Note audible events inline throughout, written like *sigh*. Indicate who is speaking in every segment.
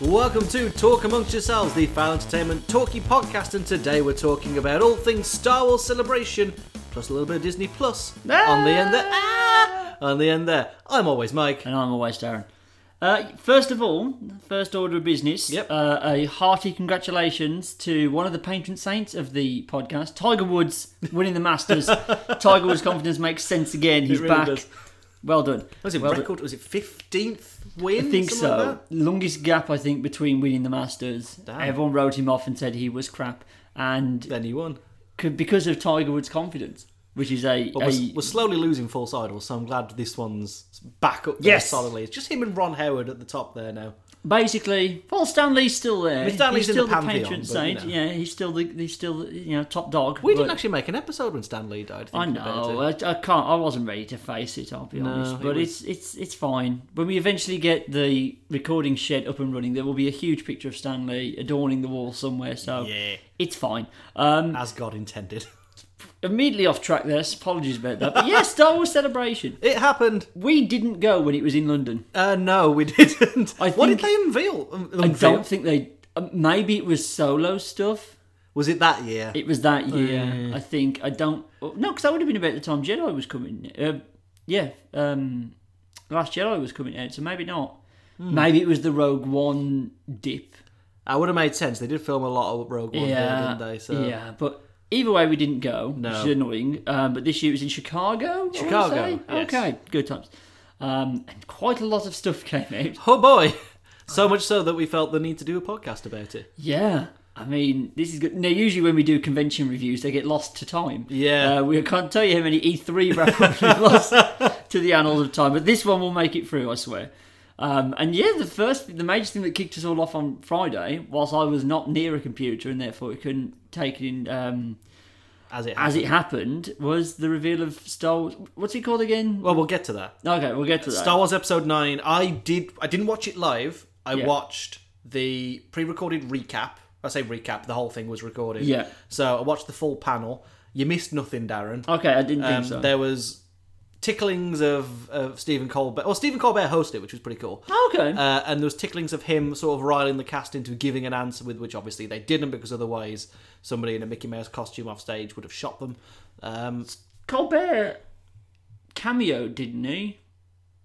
Speaker 1: welcome to Talk Amongst Yourselves, the Foul Entertainment Talkie podcast, and today we're talking about all things Star Wars Celebration, plus a little bit of Disney Plus on the end there. Ah! on the end there. I'm always Mike.
Speaker 2: And I'm always Darren. Uh, first of all, first order of business,
Speaker 1: Yep.
Speaker 2: uh, a hearty congratulations to one of the patron saints of the podcast, Tiger Woods, winning
Speaker 1: *laughs*
Speaker 2: the Masters. Tiger Woods' confidence makes sense again. He's
Speaker 1: really
Speaker 2: back.
Speaker 1: does.
Speaker 2: Well done.
Speaker 1: Was it
Speaker 2: well
Speaker 1: record? Was it 15th win?
Speaker 2: I think
Speaker 1: Something like
Speaker 2: so. Longest gap, I think, between winning the Masters.
Speaker 1: Damn.
Speaker 2: Everyone wrote him off and said he was crap.
Speaker 1: that?
Speaker 2: And
Speaker 1: Then you won.
Speaker 2: c- because of Tiger Woods' confidence, which is a.
Speaker 1: But we're,
Speaker 2: a-
Speaker 1: we're slowly losing false idols, so I'm glad this one's back up there
Speaker 2: Yes.
Speaker 1: solidly. It's just him and Ron Howard at the top there now.
Speaker 2: basically, Paul Stanley's still there.
Speaker 1: Mr. Stanley's
Speaker 2: he's
Speaker 1: in
Speaker 2: still
Speaker 1: the pantheon,
Speaker 2: patron
Speaker 1: but,
Speaker 2: saint.
Speaker 1: you
Speaker 2: Yeah, he's still the he's still the, you know top dog.
Speaker 1: We didn't
Speaker 2: but-
Speaker 1: actually make an episode when Stan Lee died.
Speaker 2: I
Speaker 1: thinking about
Speaker 2: know.
Speaker 1: it.
Speaker 2: I, I can't. I wasn't ready to face it. I'll be
Speaker 1: No,
Speaker 2: honest.
Speaker 1: it
Speaker 2: But
Speaker 1: was-
Speaker 2: it's it's it's fine. When we eventually get the recording shed up and running, there will be a huge picture of Stanley adorning the wall somewhere. So
Speaker 1: Yeah.
Speaker 2: it's fine. Um,
Speaker 1: As God intended.
Speaker 2: immediately off track. There. so Apologies about that. But
Speaker 1: *laughs*
Speaker 2: yeah, Star Wars Celebration.
Speaker 1: It happened.
Speaker 2: We didn't go when it was in London.
Speaker 1: Uh, no, we *laughs* didn't.
Speaker 2: I
Speaker 1: what did
Speaker 2: think-
Speaker 1: they unveil? Um,
Speaker 2: I
Speaker 1: unveil?
Speaker 2: don't think they. uh, Maybe it was solo stuff.
Speaker 1: Was it that year?
Speaker 2: It was that
Speaker 1: Oh,
Speaker 2: year, I think. I don't. oh, No, because that would have been about the time Jedi was coming. Uh, yeah, um, Last Jedi was coming out, so maybe not.
Speaker 1: Hmm.
Speaker 2: Maybe it was the Rogue One dip.
Speaker 1: I would have made sense. They did film a lot of Rogue One, there,
Speaker 2: yeah,
Speaker 1: didn't they? So
Speaker 2: yeah. But either way, we didn't go.
Speaker 1: No.
Speaker 2: which is annoying. Um, but this year it was in Chicago. I wanna
Speaker 1: Chicago,
Speaker 2: say?
Speaker 1: yes.
Speaker 2: Okay, good times. Um, and quite a lot of stuff *laughs* came out.
Speaker 1: Oh boy. *laughs* So much so that we felt the need to do a podcast about it.
Speaker 2: Yeah. I mean, this is good. Now, usually when we do convention reviews, they get lost to time.
Speaker 1: Yeah.
Speaker 2: Uh, we can't tell you how many E E3 *laughs* wrap-ups we've lost to the annals of time, but this one will make it through, I swear. Um, and yeah, the first, the major thing that kicked us all off on Friday, whilst I was not near a computer and therefore couldn't take it in um,
Speaker 1: As it
Speaker 2: as
Speaker 1: happened.
Speaker 2: it happened, was the reveal of Star Wars. What's it called again?
Speaker 1: Well, we'll get to that.
Speaker 2: okay, we'll get to that.
Speaker 1: Star Wars Episode Nine. I did. I didn't watch it live. I
Speaker 2: Yeah.
Speaker 1: watched the pre-recorded recap. I say recap. The whole thing was recorded.
Speaker 2: Yeah.
Speaker 1: So I watched the full panel. You missed nothing, Darren.
Speaker 2: okay, I didn't
Speaker 1: Um,
Speaker 2: think so.
Speaker 1: There was ticklings of of Stephen Colbert. Well, Stephen Colbert hosted, it, which was pretty cool. *laughs*
Speaker 2: Okay.
Speaker 1: Uh, and there was ticklings of him sort of riling the cast into giving an answer with which obviously they didn't because otherwise somebody in a Mickey Mouse costume off stage would have shot them. Um,
Speaker 2: Colbert cameo, didn't he?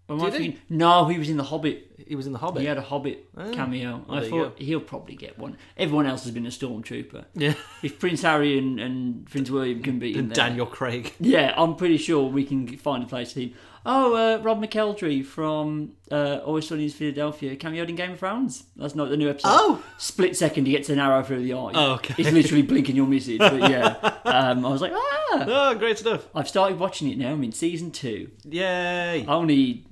Speaker 2: Or am I
Speaker 1: Did he?
Speaker 2: thinking- No, he was in The Hobbit.
Speaker 1: he was in the Hobbit.
Speaker 2: He had a Hobbit cameo.
Speaker 1: there
Speaker 2: I
Speaker 1: you
Speaker 2: thought he'll probably get one. Everyone else has been a stormtrooper.
Speaker 1: *laughs* Yeah.
Speaker 2: If Prince Harry and, and Prince William can be in there,
Speaker 1: Daniel Craig.
Speaker 2: yeah, I'm pretty sure we can find a place for him. Oh, uh, Rob McEldry from uh, Always Sunny in Philadelphia cameoed in Game of Thrones. That's not the new episode.
Speaker 1: *laughs* Oh!
Speaker 2: Split second, he gets an arrow through the eye.
Speaker 1: Oh, okay.
Speaker 2: It's literally blinking, you'll miss it.
Speaker 1: *laughs*
Speaker 2: But yeah, um, I was like, ah!
Speaker 1: Oh, great stuff.
Speaker 2: I've started watching it now. I'm in season two.
Speaker 1: Yay.
Speaker 2: I only need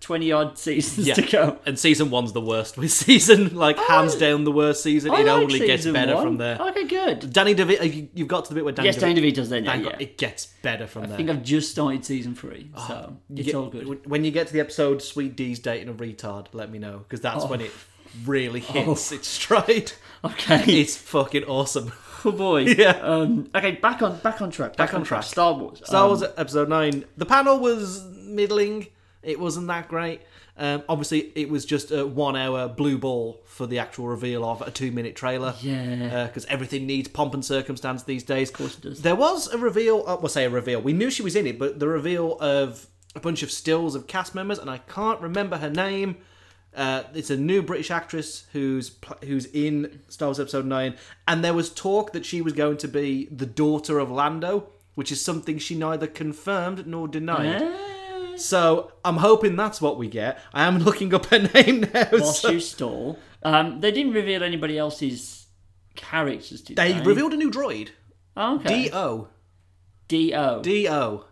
Speaker 2: 20 odd *laughs* seasons
Speaker 1: Yeah.
Speaker 2: to go.
Speaker 1: Uh, And season one's the worst with *laughs* season, like hands down the worst season.
Speaker 2: I
Speaker 1: it
Speaker 2: like
Speaker 1: only gets
Speaker 2: season
Speaker 1: better
Speaker 2: one.
Speaker 1: from there.
Speaker 2: Okay, good.
Speaker 1: Danny DeVito, you- you've got to the bit where Danny
Speaker 2: yes, Danny DeVito's there now.
Speaker 1: Thank
Speaker 2: Yeah.
Speaker 1: God, it gets better from there.
Speaker 2: I think I've just started season three, so
Speaker 1: You
Speaker 2: it's
Speaker 1: get-
Speaker 2: all *laughs* good.
Speaker 1: When you get to the episode "Sweet D's dating a retard," let me know because that's when it
Speaker 2: Oh.
Speaker 1: really hits its stride.
Speaker 2: *laughs* Okay,
Speaker 1: It's fucking awesome.
Speaker 2: oh boy.
Speaker 1: *laughs* Yeah.
Speaker 2: Um, okay, back on back on track. Back,
Speaker 1: on track.
Speaker 2: Star Wars.
Speaker 1: Star
Speaker 2: Um,
Speaker 1: Wars episode nine. The panel was middling. It wasn't that great. Um, obviously, it was just a one-hour blue ball for the actual reveal of a two-minute trailer.
Speaker 2: Yeah.
Speaker 1: because everything needs pomp and circumstance these days. Of course
Speaker 2: it does.
Speaker 1: There was a reveal. Uh, well, say a reveal. We knew she was in it, but the reveal of a bunch of stills of cast members, and I can't remember her name. Uh, it's a new British actress who's pl- who's in Star Wars Episode Nine, and there was talk that she was going to be the daughter of Lando, which is something she neither confirmed nor denied.
Speaker 2: Ah,
Speaker 1: So I'm hoping that's what we get. I am *laughs* looking up her name now.
Speaker 2: Whilst
Speaker 1: so-
Speaker 2: you stall, um, they didn't reveal anybody else's characters. Did they?
Speaker 1: They revealed a new droid.
Speaker 2: Oh, okay.
Speaker 1: D O
Speaker 2: D O.
Speaker 1: D O.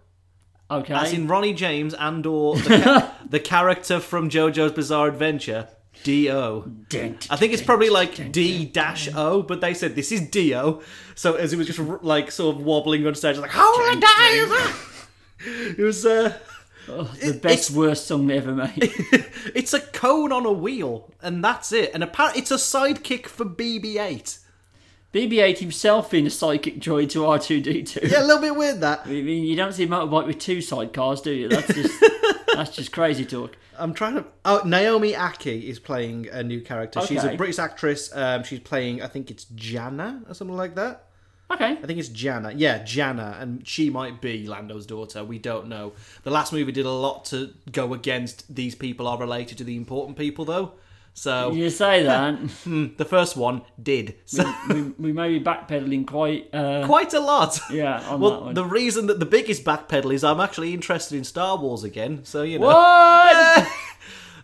Speaker 2: Okay.
Speaker 1: As in Ronnie James and or the, ca- the character from JoJo's Bizarre Adventure, D.O.
Speaker 2: Dent.
Speaker 1: I think it's probably like D dash O, but they said this is D.O. So as he was just r- like sort of wobbling on stage, like holy dive. *laughs* It was uh,
Speaker 2: Oh, the best worst song they ever made.
Speaker 1: it's a cone on a wheel, and that's it. And apparently, it's a sidekick for BB-8.
Speaker 2: BB-8 himself being a psychic droid to R2D2.
Speaker 1: Yeah, a little bit weird that. *laughs*
Speaker 2: I mean, you don't see a motorbike with two sidecars, do you? That's just That's just crazy talk.
Speaker 1: I'm trying to. Oh, Naomi Aki is playing a new character. She's a
Speaker 2: Okay.
Speaker 1: British actress. Um, she's playing, I think it's Jana or something like that.
Speaker 2: Okay.
Speaker 1: I think it's Jana. Yeah, Jana, and she might be Lando's daughter. We don't know. The last movie did a lot to go against these people are related to the important people, though. So
Speaker 2: You say that. *laughs*
Speaker 1: hmm, the first one did so,
Speaker 2: we, we may be backpedaling quite. Uh,
Speaker 1: quite a lot.
Speaker 2: yeah, on that
Speaker 1: Well,
Speaker 2: one.
Speaker 1: the reason that the biggest backpedal is I'm actually interested in Star Wars again. So you know. *laughs*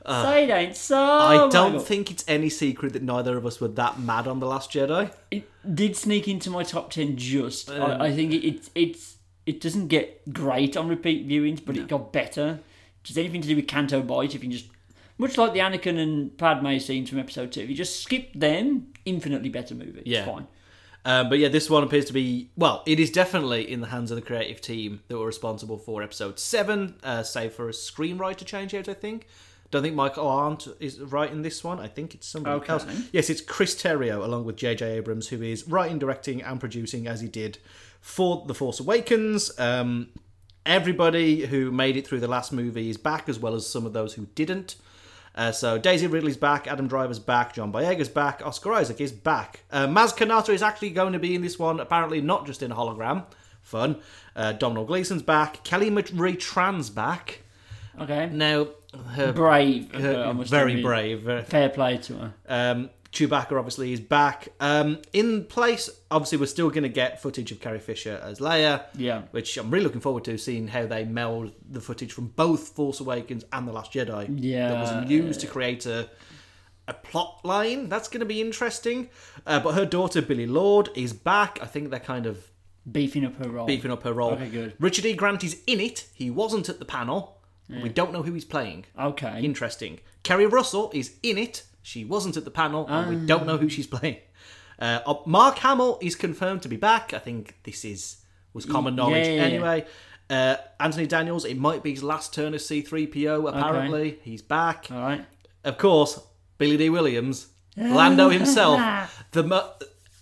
Speaker 2: What? Say it ain't so.
Speaker 1: Uh, I
Speaker 2: Oh my
Speaker 1: don't
Speaker 2: God.
Speaker 1: think it's any secret that neither of us were that mad on The Last Jedi.
Speaker 2: it did sneak into my top ten. Just
Speaker 1: Um,
Speaker 2: I, I think it, it's it's it doesn't get great on repeat viewings, but it got better. Just anything to do with Canto Bight, if you can just much like the Anakin and Padme scenes from Episode Two, if you just skip them, infinitely better movie.
Speaker 1: Yeah.
Speaker 2: It's fine.
Speaker 1: Um, but yeah, this one appears to be well. It is definitely in the hands of the creative team that were responsible for episode seven, uh, save for a screenwriter change out. I think. Don't think Michael Arndt is writing this one. I think it's somebody
Speaker 2: Okay.
Speaker 1: else. Yes, it's Chris Terrio along with J.J. Abrams, who is writing, directing, and producing as he did for The Force Awakens. Um, everybody who made it through the last movie is back, as well as some of those who didn't. Uh, so Daisy Ridley's back, Adam Driver's back, John Boyega's back, Oscar Isaac is back. Uh, Maz Kanata is actually going to be in this one, apparently not just in a hologram. Fun. Uh, Domhnall Gleeson's back. Kelly Marie Tran's back.
Speaker 2: Okay.
Speaker 1: Now, her,
Speaker 2: Brave. of
Speaker 1: her-
Speaker 2: her, Uh, I must
Speaker 1: very
Speaker 2: admit.
Speaker 1: brave. uh, very-
Speaker 2: Fair play to her.
Speaker 1: um, Chewbacca obviously is back. Um, in place, obviously, we're still going to get footage of Carrie Fisher as Leia,
Speaker 2: Yeah.
Speaker 1: which I'm really looking forward to seeing how they meld the footage from both Force Awakens and The Last Jedi
Speaker 2: Yeah.
Speaker 1: that was used to create a a plot line. That's going to be interesting. Uh, but her daughter Billy Lord is back. I think they're kind of
Speaker 2: Beefing up her role.
Speaker 1: beefing up her role.
Speaker 2: Okay, good.
Speaker 1: Richard E. Grant is in it. He wasn't at the panel. But we don't know who he's playing.
Speaker 2: Okay.
Speaker 1: Interesting. Kerry Russell is in it. She wasn't at the panel, and we don't know who she's *laughs* playing. Uh, uh, Mark Hamill is confirmed to be back. I think this is was common
Speaker 2: Yeah,
Speaker 1: knowledge
Speaker 2: yeah, yeah.
Speaker 1: anyway. Uh, Anthony Daniels, it might be his last turn as C3PO, apparently. He's back.
Speaker 2: All right.
Speaker 1: Of course, Billy D.
Speaker 2: *laughs*
Speaker 1: Williams, Lando himself. The mo-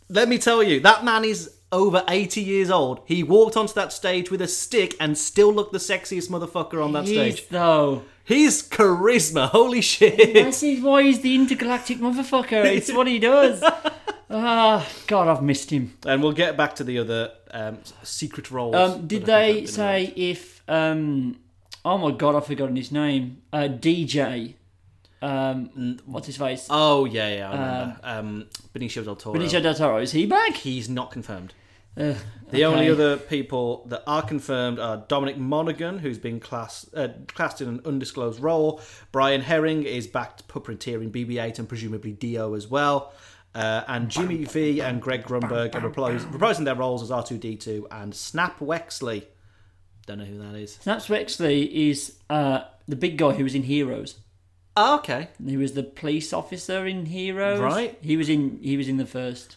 Speaker 1: Let me tell you, that man is over 80 years old. He walked onto that stage with a stick and still looked the sexiest motherfucker on that
Speaker 2: Yes,
Speaker 1: stage.
Speaker 2: though.
Speaker 1: His charisma, holy shit.
Speaker 2: This is why he's the intergalactic motherfucker. It's what
Speaker 1: *laughs*
Speaker 2: he does. Ah, God, I've missed him.
Speaker 1: *laughs* And we'll get back to the other um, s- secret roles.
Speaker 2: Um,
Speaker 1: that
Speaker 2: did
Speaker 1: I think
Speaker 2: they
Speaker 1: have been
Speaker 2: say if? Um, oh my God, I've forgotten his name. Uh, DJ. Um, what's his face?
Speaker 1: announced. Oh, yeah, yeah, I remember. Um, Benicio del Toro.
Speaker 2: Benicio del Toro. Is he back?
Speaker 1: He's not confirmed.
Speaker 2: Uh,
Speaker 1: Oh, uh, The only
Speaker 2: okay.
Speaker 1: other people that are confirmed are Dominic Monaghan, who's been class, uh, classed in an undisclosed role. Brian Herring is back to puppeteering BB-8 and presumably Dio as well. Uh, and Jimmy V and Greg Grunberg are replis- reprising their roles as R2D2 and Snap Wexley. Don't know who that is.
Speaker 2: Snaps Wexley is uh, the big guy who was in Heroes.
Speaker 1: Oh, okay.
Speaker 2: He was the police officer in Heroes.
Speaker 1: Right.
Speaker 2: He was in. He was in the first.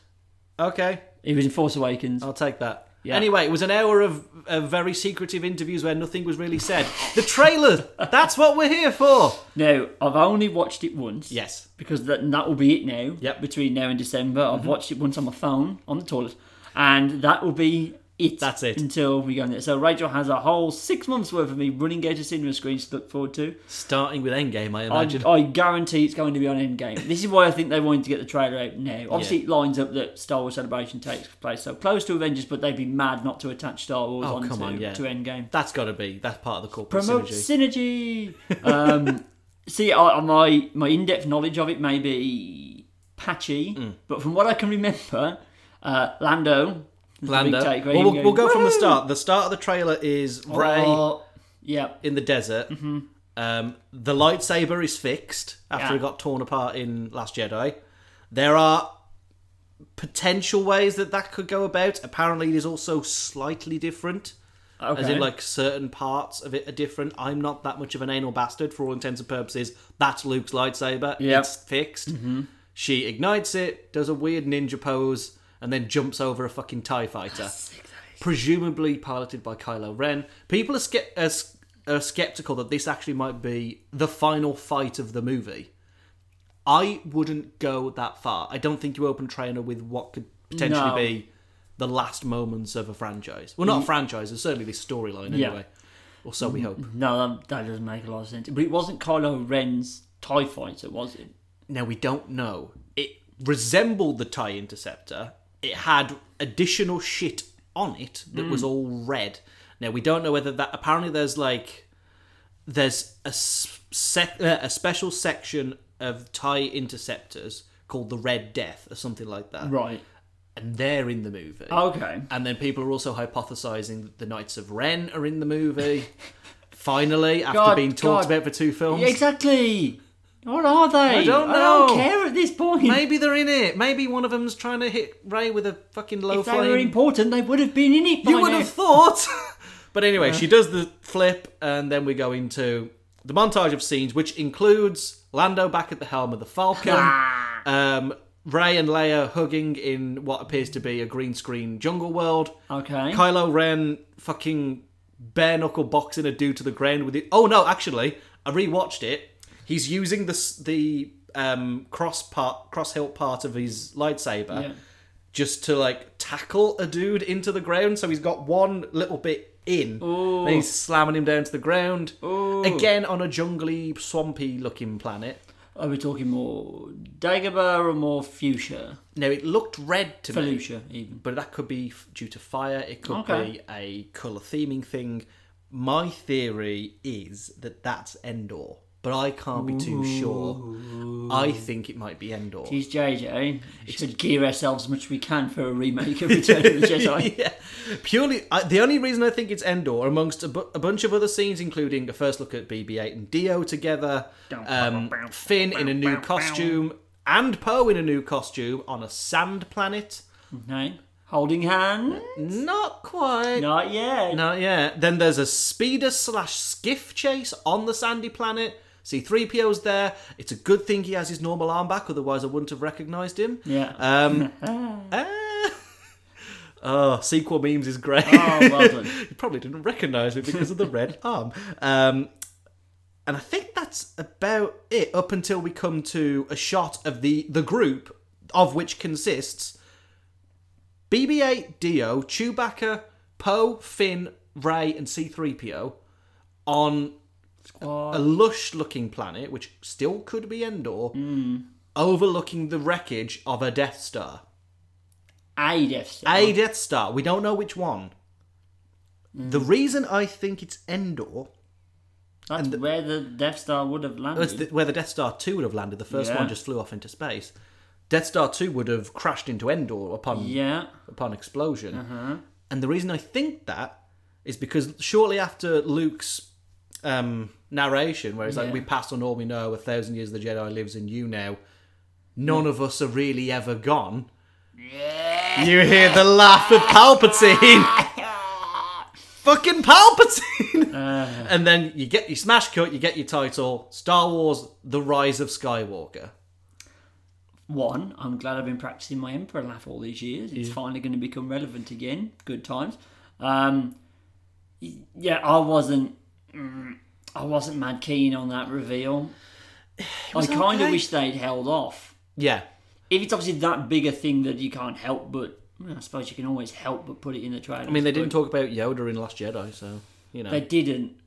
Speaker 1: Okay.
Speaker 2: He was in Force Awakens.
Speaker 1: I'll take that.
Speaker 2: Yeah.
Speaker 1: Anyway, it was an hour of, of very secretive interviews where nothing was really said. The *laughs* trailer! that's what we're here for!
Speaker 2: Now I've only watched it once.
Speaker 1: Yes.
Speaker 2: because that, that will be it now.
Speaker 1: Yep. Mm-hmm.
Speaker 2: Between now and December, I've watched it once on my phone on the toilet, and that will be it.
Speaker 1: That's it.
Speaker 2: until we go in there. So Rachel has a whole six months worth of me running out of cinema screens to look forward to.
Speaker 1: Starting with Endgame, I
Speaker 2: I,
Speaker 1: imagine.
Speaker 2: I guarantee it's going to be on Endgame. This is why I think they wanted to get the trailer out now. Obviously,
Speaker 1: Yeah.
Speaker 2: it lines up that Star Wars Celebration takes place so close to Avengers, but they'd be mad not to attach Star Wars
Speaker 1: Oh,
Speaker 2: onto
Speaker 1: come on, yeah.
Speaker 2: to Endgame.
Speaker 1: That's got to be that's part of the corporate
Speaker 2: promote
Speaker 1: synergy.
Speaker 2: synergy. *laughs* um, see, I, my my in depth knowledge of it may be patchy,
Speaker 1: Mm.
Speaker 2: but from what I can remember, uh, Lando. is the big
Speaker 1: Lando.
Speaker 2: takeaway.
Speaker 1: Well, we'll,
Speaker 2: Him
Speaker 1: we'll go
Speaker 2: going,
Speaker 1: from the
Speaker 2: "Woo!"
Speaker 1: start. The start of the trailer is Ray
Speaker 2: Oh, yeah,
Speaker 1: in the desert. Um, the lightsaber is fixed after
Speaker 2: Yeah.
Speaker 1: it got torn apart in Last Jedi. There are potential ways that that could go about. Apparently, it is also slightly different.
Speaker 2: okay.
Speaker 1: As in, like certain parts of it are different. I'm not that much of an anal bastard for all intents and purposes. That's Luke's lightsaber.
Speaker 2: Yeah.
Speaker 1: It's fixed. She ignites it, does a weird ninja pose, and then jumps over a fucking TIE fighter. Presumably piloted by Kylo Ren. People are, ske- are, s- are skeptical that this actually might be the final fight of the movie. I wouldn't go that far. I don't think you open Trainer with what could potentially
Speaker 2: No. Mm.
Speaker 1: be the last moments of a franchise. Well, not a franchise, it's certainly this storyline
Speaker 2: Yeah. Mm.
Speaker 1: anyway. or so we hope.
Speaker 2: No, that, that doesn't make a lot of sense. But it wasn't Kylo Ren's TIE fighter, was it?
Speaker 1: Now we don't know. It resembled the Tie Interceptor. It had additional shit on it that
Speaker 2: Hmm.
Speaker 1: was all red. Now we don't know whether that. Apparently, there's like there's a s- sec, uh, a special section of Tie Interceptors called the Red Death or something like that,
Speaker 2: Right. Oh. Um,
Speaker 1: and they're in the movie.
Speaker 2: Okay.
Speaker 1: And then people are also hypothesizing that the Knights of Ren are in the movie. *laughs* Finally, after
Speaker 2: God,
Speaker 1: being talked
Speaker 2: God.
Speaker 1: about for two films,
Speaker 2: Yeah, exactly. What are they? I
Speaker 1: don't know.
Speaker 2: care at this point.
Speaker 1: Maybe they're in it. Maybe one of them's trying to hit Ray with a fucking low
Speaker 2: if they
Speaker 1: flame.
Speaker 2: were important, they would have been in it. By
Speaker 1: you would
Speaker 2: now.
Speaker 1: have thought. *laughs* but anyway, she does the flip, and then we go into the montage of scenes, which includes Lando back at the helm of the *laughs* Falcon, um, Ray and Leia hugging in what appears to be a green screen jungle world.
Speaker 2: Okay.
Speaker 1: Kylo Ren fucking bare knuckle boxing a dude to the ground with it. Oh no, actually, I rewatched it. He's using the s- the um, cross part cross hilt part of his lightsaber
Speaker 2: Yeah.
Speaker 1: just to like tackle a dude into the ground. So he's got one little bit in, and he's slamming him down to the ground again on a jungly, swampy looking planet.
Speaker 2: Are we talking more Dagobah or more Fuchsia?
Speaker 1: Now it looked red to me.
Speaker 2: Felucia, even.
Speaker 1: but that could be f- due to fire. It could
Speaker 2: Okay.
Speaker 1: be a color theming thing. My theory is that that's Endor, but I can't be too sure. I think it might be Endor.
Speaker 2: He's JJ. We should gear ourselves as much as we can for a remake of Return of the
Speaker 1: *laughs*
Speaker 2: Jedi.
Speaker 1: yeah, purely I, the only reason I think it's Endor, amongst a, bu- a bunch of other scenes, including a first look at BB-8 and Dio together, um, Finn in a new costume, and Poe in a new costume on a sand planet.
Speaker 2: No. Holding hand?
Speaker 1: Not quite.
Speaker 2: Not yet.
Speaker 1: No, yeah. Then there's a speeder slash skiff chase on the sandy planet. C3PO's there. It's a good thing he has his normal arm back, otherwise I wouldn't have recognised him.
Speaker 2: Yeah. *laughs*
Speaker 1: Um, *laughs* ah. *laughs* oh, sequel memes is great.
Speaker 2: oh, well done.
Speaker 1: you probably didn't recognise me because of the red arm. Um, and I think that's about it up until we come to a shot of the the group, of which consists BB-8, Dio, Chewbacca, Poe, Finn, Ray, and C-3PO on
Speaker 2: Squad.
Speaker 1: a lush-looking planet, which still could be Endor, overlooking the wreckage of a Death Star.
Speaker 2: A Death
Speaker 1: *laughs*
Speaker 2: Star.
Speaker 1: A Death Star. We don't know which one. The reason I think it's Endor,
Speaker 2: That's where the Death Star would have landed.
Speaker 1: that's the, where the Death Star 2 would have landed, the first
Speaker 2: Mm. Yeah.
Speaker 1: one just flew off into space. Death Star 2 would have crashed into Endor upon
Speaker 2: Yeah.
Speaker 1: upon explosion. And the reason I think that is because shortly after Luke's um, narration, where it's like,
Speaker 2: Yeah.
Speaker 1: we passed on all we know, a thousand years of the Jedi lives in you now, none of us are really ever gone. You hear the laugh of Palpatine! Fucking Palpatine! and then you get your smash cut, you get your title Star Wars The Rise of Skywalker.
Speaker 2: One, I'm glad I've been practicing my Emperor laugh all these years. It's finally going to become relevant again. Good times. Um, y- yeah, I wasn't. mm, I wasn't mad keen on that reveal. I kind of
Speaker 1: okay.
Speaker 2: wish they'd held off.
Speaker 1: Yeah.
Speaker 2: If it's obviously that big a thing that you can't help but, well, I suppose you can always help but put it in the trailer.
Speaker 1: I mean, they didn't talk about Yoda in Last Jedi, so, you know.
Speaker 2: They didn't.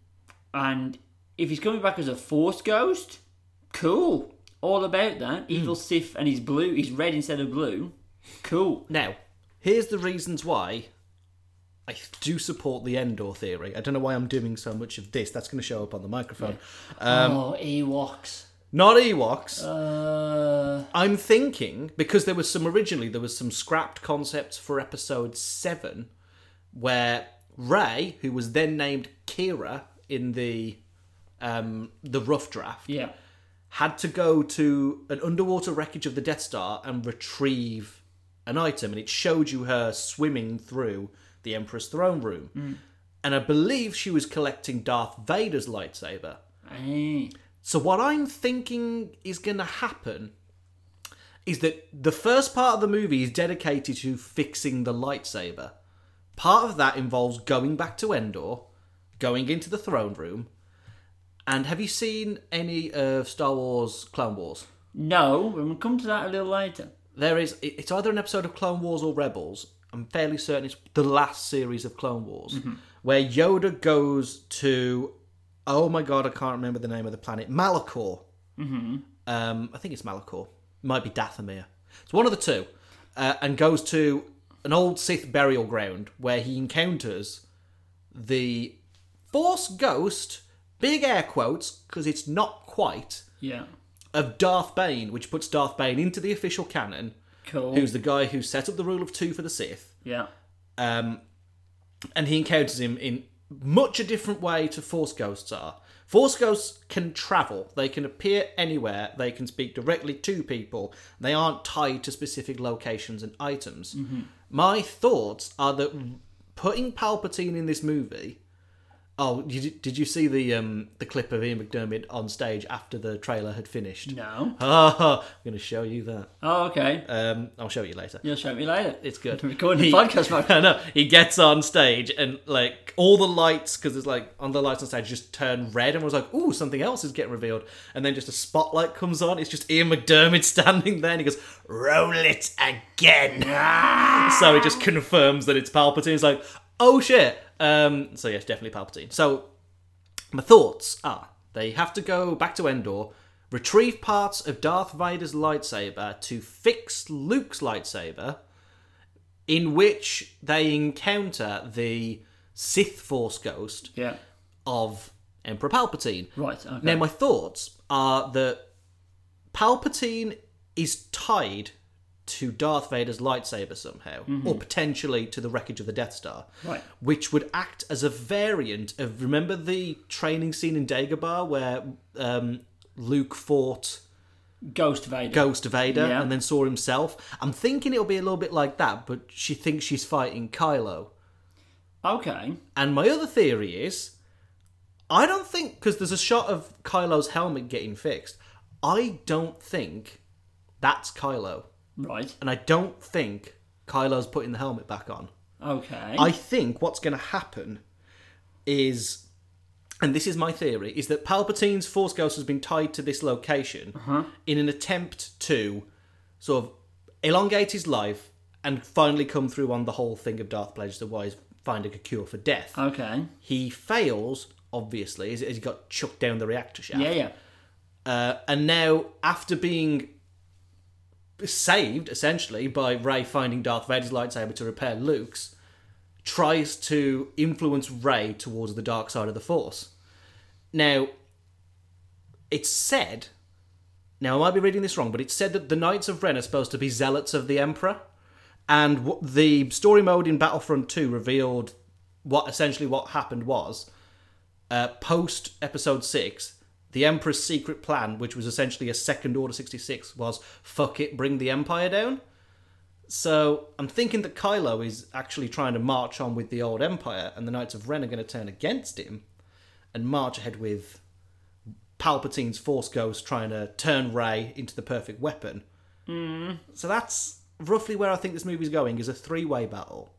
Speaker 2: And if he's coming back as a Force ghost, cool. All about that.
Speaker 1: Hmm.
Speaker 2: Evil Sith and he's blue. He's red instead of blue. Cool.
Speaker 1: Now, here's the reasons why I do support the Endor theory. I don't know why I'm doing so much of this. That's going to show up on the microphone. Um,
Speaker 2: oh, Ewoks.
Speaker 1: Not Ewoks.
Speaker 2: Uh,
Speaker 1: I'm thinking because there was some originally there was some scrapped concepts for episode 7 where Ray, who was then named Kira in the um, the rough draft,
Speaker 2: yeah.
Speaker 1: had to go to an underwater wreckage of the Death Star and retrieve an item, and it showed you her swimming through the Emperor's throne room. And I believe she was collecting Darth Vader's lightsaber.
Speaker 2: Eh.
Speaker 1: So, what I'm thinking is going to happen is that the first part of the movie is dedicated to fixing the lightsaber. Part of that involves going back to Endor, going into the throne room. And have you seen any of Star Wars Clone Wars?
Speaker 2: No, we'll come to that a little later.
Speaker 1: There is. it- It's either an episode of Clone Wars or Rebels. I'm fairly certain it's the last series of Clone Wars, where Yoda goes to oh my god, I can't remember the name of the planet, Malachor. Mm-hmm. Um, I think it's Malachor. Might be Dathomir. It's one of the two, uh, and goes to an old Sith burial ground where he encounters the Force Ghost, big air quotes because it's not quite
Speaker 2: Yeah.
Speaker 1: of Darth Bane, which puts Darth Bane into the official canon.
Speaker 2: Cool.
Speaker 1: Who's the guy who set up the rule of two for the Sith?
Speaker 2: yeah.
Speaker 1: um, and he encounters him in much a different way to force ghosts are. Force ghosts can travel; they can appear anywhere. They can speak directly to people. They aren't tied to specific locations and items. My thoughts are that putting Palpatine in this movie. Oh, you, did you see the um, the clip of Ian McDermott on stage after the trailer had finished?
Speaker 2: No.
Speaker 1: Ah, *laughs* I'm going to show you that.
Speaker 2: Oh, okay.
Speaker 1: Um, I'll show you later.
Speaker 2: You'll show me later.
Speaker 1: It's good.
Speaker 2: *laughs* Recording
Speaker 1: He-
Speaker 2: the podcast,
Speaker 1: *laughs*
Speaker 2: mate.
Speaker 1: I know. He gets on stage and like all the lights, because there's like on the lights on stage just turn red, and was like, "Ooh, something else is getting revealed." And then just a spotlight comes on. It's just Ian McDermott *laughs* standing there, and he goes, "Roll it again." so it just confirms that it's Palpatine. It's like, "Oh shit." Um, so yes, definitely Palpatine. So my thoughts are they have to go back to Endor, retrieve parts of Darth Vader's lightsaber to fix Luke's lightsaber, in which they encounter the Sith Force ghost
Speaker 2: Yeah.
Speaker 1: of Emperor Palpatine.
Speaker 2: Right. Okay.
Speaker 1: Now, my thoughts are that Palpatine is tied to Darth Vader's lightsaber somehow, or potentially to the wreckage of the Death Star,
Speaker 2: Mm-hmm. Right.
Speaker 1: which would act as a variant of remember the training scene in Dagobah where um, Luke fought
Speaker 2: Ghost Vader.
Speaker 1: Ghost Vader
Speaker 2: Yeah.
Speaker 1: and then saw himself. I'm thinking it'll be a little bit like that, but she thinks she's fighting Kylo.
Speaker 2: okay.
Speaker 1: And my other theory is, I don't think because there's a shot of Kylo's helmet getting fixed. I don't think that's Kylo,
Speaker 2: Right.
Speaker 1: and I don't think Kylo's putting the helmet back on.
Speaker 2: Okay.
Speaker 1: I think what's going to happen is, and this is my theory, is that Palpatine's Force Ghost has been tied to this location in an attempt to sort of elongate his life and finally come through on the whole thing of Darth Plagueis the Wise finding a cure for death.
Speaker 2: okay. he
Speaker 1: He fails, obviously, as as he got chucked down the reactor shaft.
Speaker 2: Yeah. Yeah.
Speaker 1: Uh, and now, after being saved essentially by Ray finding Darth Vader's lightsaber to repair Luke's, tries to influence Ray towards the dark side of the Force. Now, it's said. Now, I might be reading this wrong, but it's said that the Knights of Ren are supposed to be zealots of the Emperor, and what the story mode in Battlefront Two revealed what essentially what happened was uh, post episode 6 the emperor's secret plan which was essentially a second order 66 was fuck it bring the empire down so i'm thinking that kylo is actually trying to march on with the old empire and the knights of ren are going to turn against him and march ahead with palpatine's force ghost trying to turn ray into the perfect weapon so that's roughly where i think this movie's going is a three-way battle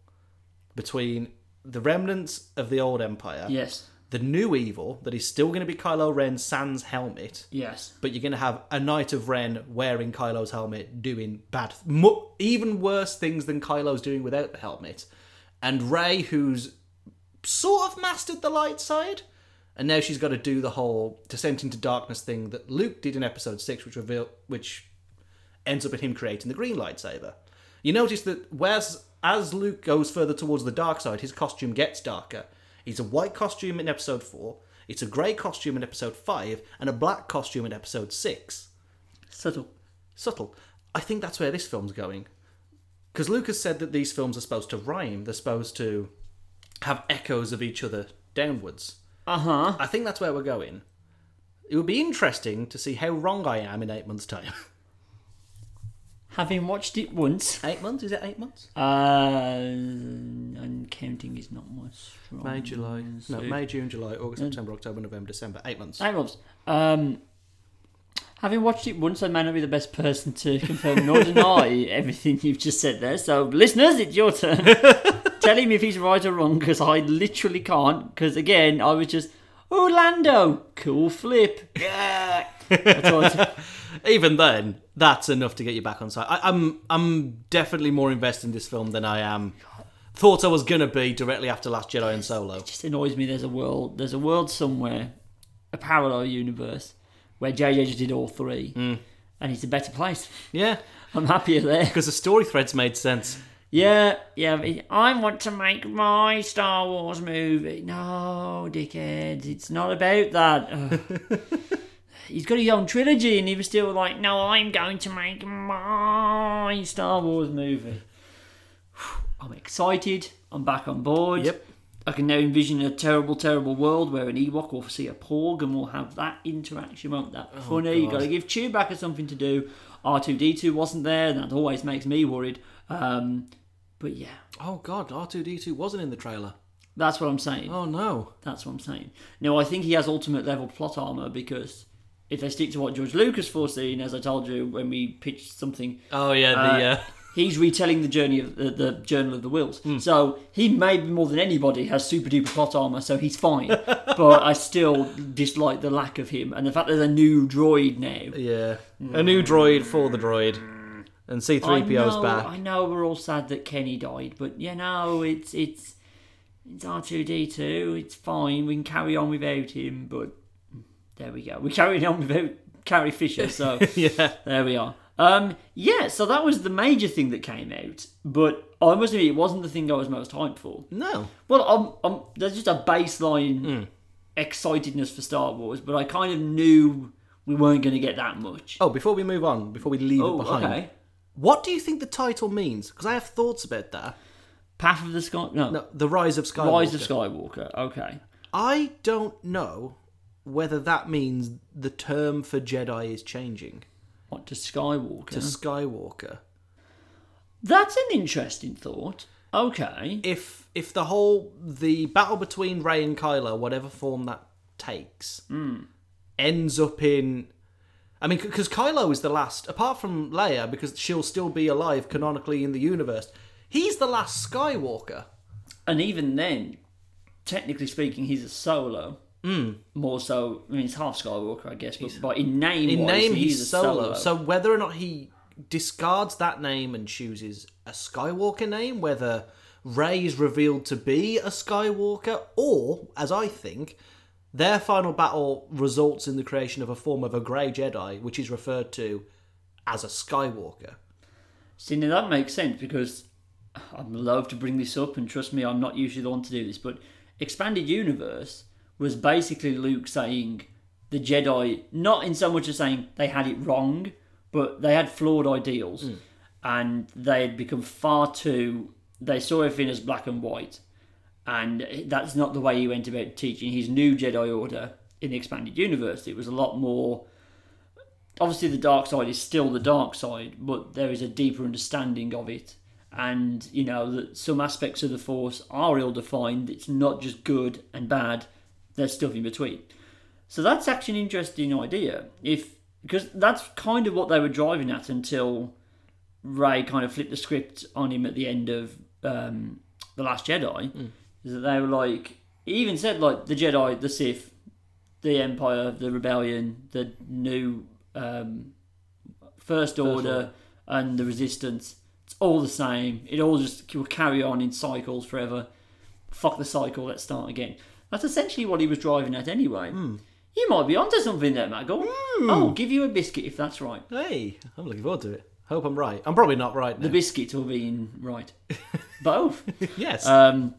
Speaker 1: between the remnants of the old empire
Speaker 2: Yes.
Speaker 1: the new evil that is still going to be Kylo Ren sans helmet,
Speaker 2: Yes.
Speaker 1: but you're going to have a Knight of Ren wearing Kylo's helmet doing bad, mu- even worse things than Kylo's doing without the helmet, and Rey who's sort of mastered the light side, and now she's got to do the whole descent into darkness thing that Luke did in Episode Six, which reveal which ends up in him creating the green lightsaber. You notice that whereas as Luke goes further towards the dark side, his costume gets darker. It's a white costume in episode four, it's a grey costume in episode five, and a black costume in episode six.
Speaker 2: Subtle.
Speaker 1: Subtle. I think that's where this film's going. Because Lucas said that these films are supposed to rhyme, they're supposed to have echoes of each other downwards.
Speaker 2: Uh huh.
Speaker 1: I think that's where we're going. It would be interesting to see how wrong I am in eight months' time. *laughs*
Speaker 2: Having watched it once,
Speaker 1: eight months? Is it eight months?
Speaker 2: uh, and counting is not my strong.
Speaker 1: May, July. No,
Speaker 2: suit.
Speaker 1: May, June, July, August, September, October, November, December. Eight months.
Speaker 2: Hey, Robs. Um, having watched it once, I may not be the best person to confirm nor deny everything you've just said there. So, listeners, it's your turn. Tell him if he's right or wrong, because I literally can't. Because again, I was just, oh, Lando, cool flip. Yeah. That's all I said.
Speaker 1: Even then, that's enough to get you back on side. I, I'm I'm definitely more invested in this film than I am thought I was gonna be directly after Last Jedi and Solo.
Speaker 2: It just annoys me. There's a world. There's a world somewhere, a parallel universe, where JJ just did all three, and it's a better place. *laughs*
Speaker 1: Yeah,
Speaker 2: I'm happier there.
Speaker 1: because the story threads made sense.
Speaker 2: Yeah, yeah. but I want to make my Star Wars movie. No, dickhead, it's not about that. Ugh. He's got his own trilogy, and he was still like, "No, I'm going to make my Star Wars movie." *sighs* I'm excited. I'm back on board.
Speaker 1: Yep.
Speaker 2: I can now envision a terrible, terrible world where an Ewok will see a Porg and we'll have that interaction. Won't that be funny? You
Speaker 1: Oh, God.
Speaker 2: got to give Chewbacca something to do. R two D two wasn't there, and that always makes me worried. Um, but yeah,
Speaker 1: Oh God, R two D two wasn't in the trailer.
Speaker 2: that's what I'm saying.
Speaker 1: Oh no.
Speaker 2: That's what I'm saying. No, I think he has ultimate level plot armor because if they stick to what George Lucas foreseen, as I told you when we pitched something,
Speaker 1: Oh yeah, the uh,
Speaker 2: he's retelling the journey of the, the Journal of the Wills. So he maybe more than anybody has super duper plot armor, so he's fine. *laughs* but I still dislike the lack of him and the fact there's a new droid now.
Speaker 1: yeah, a new droid for the droid, and C three
Speaker 2: I
Speaker 1: PO's
Speaker 2: know-
Speaker 1: back.
Speaker 2: I know we're all sad that Kenny died, but you know it's it's it's R two D two. It's fine. We can carry on without him. But there we go. We're carrying on without Carrie Fisher.
Speaker 1: *laughs*
Speaker 2: So
Speaker 1: *laughs* yeah,
Speaker 2: there we are. Um, yeah. So that was the major thing that came out. But I must admit, it wasn't the thing I was most hyped for.
Speaker 1: no.
Speaker 2: Well, I'm, I'm, there's just a baseline
Speaker 1: Hmm.
Speaker 2: excitedness for Star Wars, but I kind of knew we weren't going to get that much.
Speaker 1: Oh, before we move on, before we leave
Speaker 2: Oh,
Speaker 1: it behind,
Speaker 2: okay.
Speaker 1: what do you think the title means? Because I have thoughts about that.
Speaker 2: Path of the Sky.
Speaker 1: No, the rise of Skywalker.
Speaker 2: Rise of Skywalker. Okay.
Speaker 1: I don't know whether that means the term for Jedi is changing
Speaker 2: What to Skywalker?
Speaker 1: to Skywalker.
Speaker 2: That's an interesting thought. Okay.
Speaker 1: If if the whole the battle between Rey and Kylo, whatever form that takes,
Speaker 2: Hmm.
Speaker 1: ends up in, I mean, because Kylo is the last, apart from Leia, because she'll still be alive canonically in the universe. He's the last Skywalker.
Speaker 2: And even then, technically speaking, he's a solo.
Speaker 1: Hmm.
Speaker 2: More so, I mean, it's half Skywalker, I guess, but, but in name,
Speaker 1: In
Speaker 2: wise,
Speaker 1: name,
Speaker 2: he's,
Speaker 1: he's,
Speaker 2: a
Speaker 1: solo.
Speaker 2: solo.
Speaker 1: So whether or not he discards that name and chooses a Skywalker name, whether Rey is revealed to be a Skywalker, or as I think, their final battle results in the creation of a form of a Grey Jedi, which is referred to as a Skywalker.
Speaker 2: See, now that makes sense because I'd love to bring this up, and trust me, I'm not usually the one to do this, but Expanded Universe was basically Luke saying the Jedi, not in so much as saying they had it wrong, but they had flawed ideals, and they had become far too, they saw everything as black and white, and that's not the way he went about teaching his new Jedi Order in the Expanded Universe. It was a lot more obviously the dark side is still the dark side, but there is a deeper understanding of it. And you know that some aspects of the force are ill defined. It's not just good and bad. There's stuff in between. So that's actually an interesting idea. If because that's kind of what they were driving at until Ray kind of flipped the script on him at the end of um, the Last Jedi. Is that they were like he even said like the Jedi, the Sith, the Empire, the Rebellion, the new um, First, Order, and the Resistance. It's all the same. It all just will carry on in cycles forever. Fuck the cycle. Let's start again. That's essentially what he was driving at anyway. You might be onto something there, Maggle. I'll give you a biscuit if that's right.
Speaker 1: Hey, I'm looking forward to it. Hope I'm right. I'm probably not right
Speaker 2: The
Speaker 1: now.
Speaker 2: biscuit or being right. Both.
Speaker 1: *laughs* yes.
Speaker 2: Um,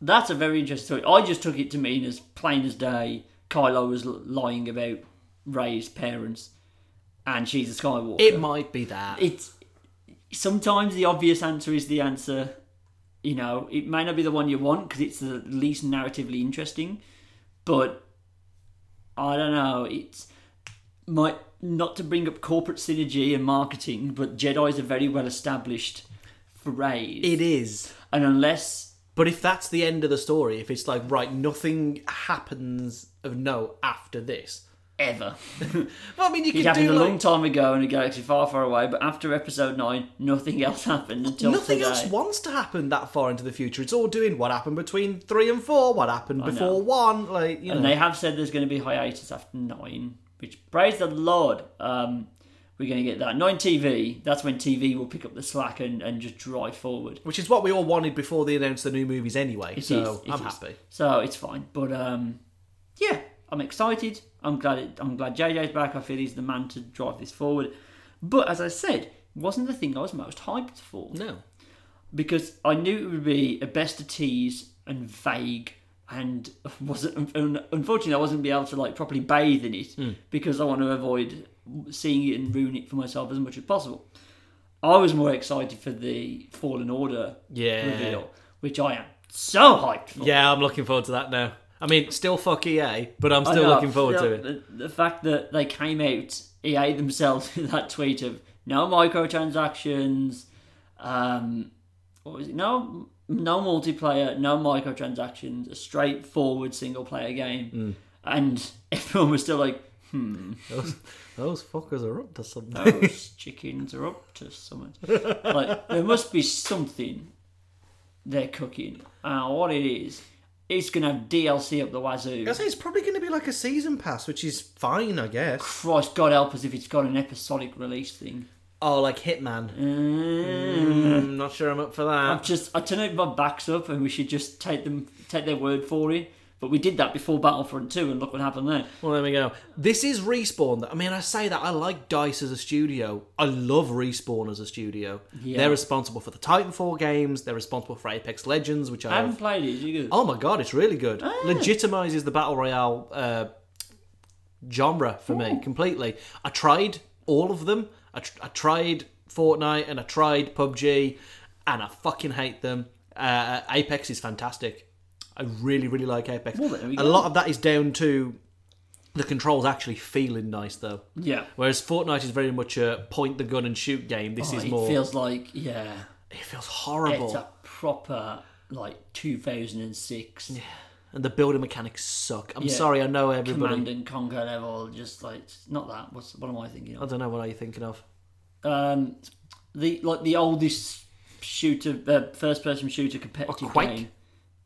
Speaker 2: that's a very interesting story. I just took it to mean as plain as day. Kylo was l- lying about Ray's parents, and she's a Skywalker.
Speaker 1: it might be that.
Speaker 2: it's sometimes the obvious answer is the answer. You know, it may not be the one you want because it's the least narratively interesting, but I don't know. It's my not to bring up corporate synergy and marketing, but Jedi's a very well established phrase,
Speaker 1: it is.
Speaker 2: and unless
Speaker 1: But if that's the end of the story, if it's like, right, nothing happens of note after this,
Speaker 2: ever.
Speaker 1: *laughs* Well, I mean, you
Speaker 2: It
Speaker 1: can
Speaker 2: happened
Speaker 1: do
Speaker 2: a
Speaker 1: like,
Speaker 2: long time ago in a galaxy far, far away, but after episode 9, nothing else happened until
Speaker 1: nothing
Speaker 2: today.
Speaker 1: else wants to happen that far into the future. It's all doing what happened between three and four, what happened before
Speaker 2: know.
Speaker 1: one, like you
Speaker 2: And
Speaker 1: know.
Speaker 2: they have said there's going to be hiatus after nine, which praise the Lord. Um, we're going to get that. Nine TV, that's when TV will pick up the slack and, and just drive forward.
Speaker 1: Which is what we all wanted before they announced the new movies anyway.
Speaker 2: It
Speaker 1: so
Speaker 2: is, it
Speaker 1: I'm
Speaker 2: is.
Speaker 1: happy.
Speaker 2: So it's fine. But um, yeah, I'm excited. I'm glad. It, I'm glad JJ's back. I feel he's the man to drive this forward. But as I said, wasn't the thing I was most hyped for
Speaker 1: No.
Speaker 2: because I knew it would be a best of tease and vague, and *laughs* wasn't un- unfortunately I wasn't be able to like properly bathe in it because I want to avoid seeing it and ruin it for myself as much as possible. I was more excited for the Fallen Order
Speaker 1: Yeah.
Speaker 2: reveal, which I am so hyped for.
Speaker 1: Yeah, I'm looking forward to that now. I mean, still fuck EA, but I'm
Speaker 2: I
Speaker 1: still
Speaker 2: know,
Speaker 1: looking forward to
Speaker 2: the-
Speaker 1: it.
Speaker 2: The, the fact that they came out, EA themselves, *laughs* with that tweet of no microtransactions, um, what was it? No, no multiplayer, no microtransactions, a straightforward single player game,
Speaker 1: Mm.
Speaker 2: and *laughs* everyone was still like, hmm,
Speaker 1: Those, those fuckers are up to something. *laughs*
Speaker 2: "Oh, those chickens are up to something. Like there must be something they're cooking, and what it is, it's gonna have DLC up the wazoo.
Speaker 1: I say it's probably going to be like a season pass, which is fine, I guess.
Speaker 2: Christ, God help us if it's got an episodic release thing.
Speaker 1: Oh, like Hitman. Mm. I'm not sure I'm up for
Speaker 2: Hmm. I'm
Speaker 1: that.
Speaker 2: just, I don't know if my back's up and we should just take them, take their word for it. But we did that before Battlefront 2 and look what happened there.
Speaker 1: Well, there we go. This is Respawn. though. I mean, I say that I like Dice as a studio. I love Respawn as a studio.
Speaker 2: Yeah.
Speaker 1: They're responsible for the Titanfall games. They're responsible for Apex Legends, which I
Speaker 2: I
Speaker 1: have
Speaker 2: haven't played it. Is it good?
Speaker 1: Oh my god, it's really good.
Speaker 2: Ah.
Speaker 1: Legitimizes the battle royale uh, genre for
Speaker 2: Hmm.
Speaker 1: me completely. I tried all of them. I, tr- I tried Fortnite and I tried PUBG, and I fucking hate them. Uh, Apex is fantastic. I really, really like Apex.
Speaker 2: Well, there we
Speaker 1: a
Speaker 2: go.
Speaker 1: lot of that is down to the controls actually feeling nice, though.
Speaker 2: Yeah.
Speaker 1: Whereas Fortnite is very much a point the gun and shoot game. This
Speaker 2: Oh,
Speaker 1: is
Speaker 2: it
Speaker 1: more.
Speaker 2: feels like, yeah,
Speaker 1: it feels
Speaker 2: it's
Speaker 1: horrible,
Speaker 2: a proper, like, 2006
Speaker 1: and the building mechanics suck. I'm
Speaker 2: Yeah.
Speaker 1: sorry, I know everybody.
Speaker 2: Command and Conquer level. Just like, it's not that. What's, what am I thinking
Speaker 1: I
Speaker 2: of?
Speaker 1: don't know what are you thinking of.
Speaker 2: Um, the, like, the oldest shooter, uh, first person shooter competitive
Speaker 1: Quake?
Speaker 2: game.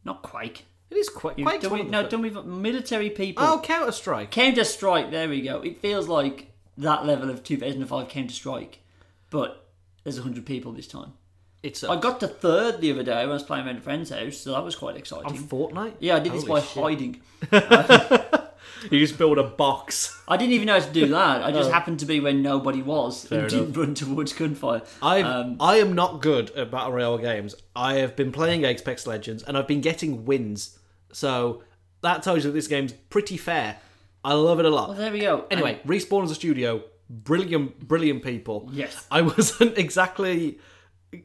Speaker 2: Not Quake.
Speaker 1: It is quite
Speaker 2: You-
Speaker 1: quite
Speaker 2: don't we,
Speaker 1: one of
Speaker 2: no,
Speaker 1: the-
Speaker 2: don't we have military people?
Speaker 1: Oh, Counter Strike.
Speaker 2: Counter Strike, there we go. It feels like that level of 2005 Counter Strike, but there's 100 people this time.
Speaker 1: It's
Speaker 2: I
Speaker 1: a,
Speaker 2: got to third the other day when I was playing at a friend's house, so that was quite exciting.
Speaker 1: on Fortnite.
Speaker 2: yeah, I did this by
Speaker 1: Holy shit.
Speaker 2: hiding.
Speaker 1: You just build a box.
Speaker 2: I didn't even know
Speaker 1: *laughs*
Speaker 2: how to do that. I just
Speaker 1: Oh.
Speaker 2: happened to be where nobody was and didn't run towards gunfire.
Speaker 1: I
Speaker 2: Um,
Speaker 1: I am not good at battle royale games. I have been playing Apex Legends and I've been getting wins. So that tells you that this game's pretty fair. I love it a lot.
Speaker 2: Well, Oh, there we go.
Speaker 1: anyway, Respawn as a studio, brilliant, brilliant people.
Speaker 2: Yes.
Speaker 1: I *laughs* wasn't exactly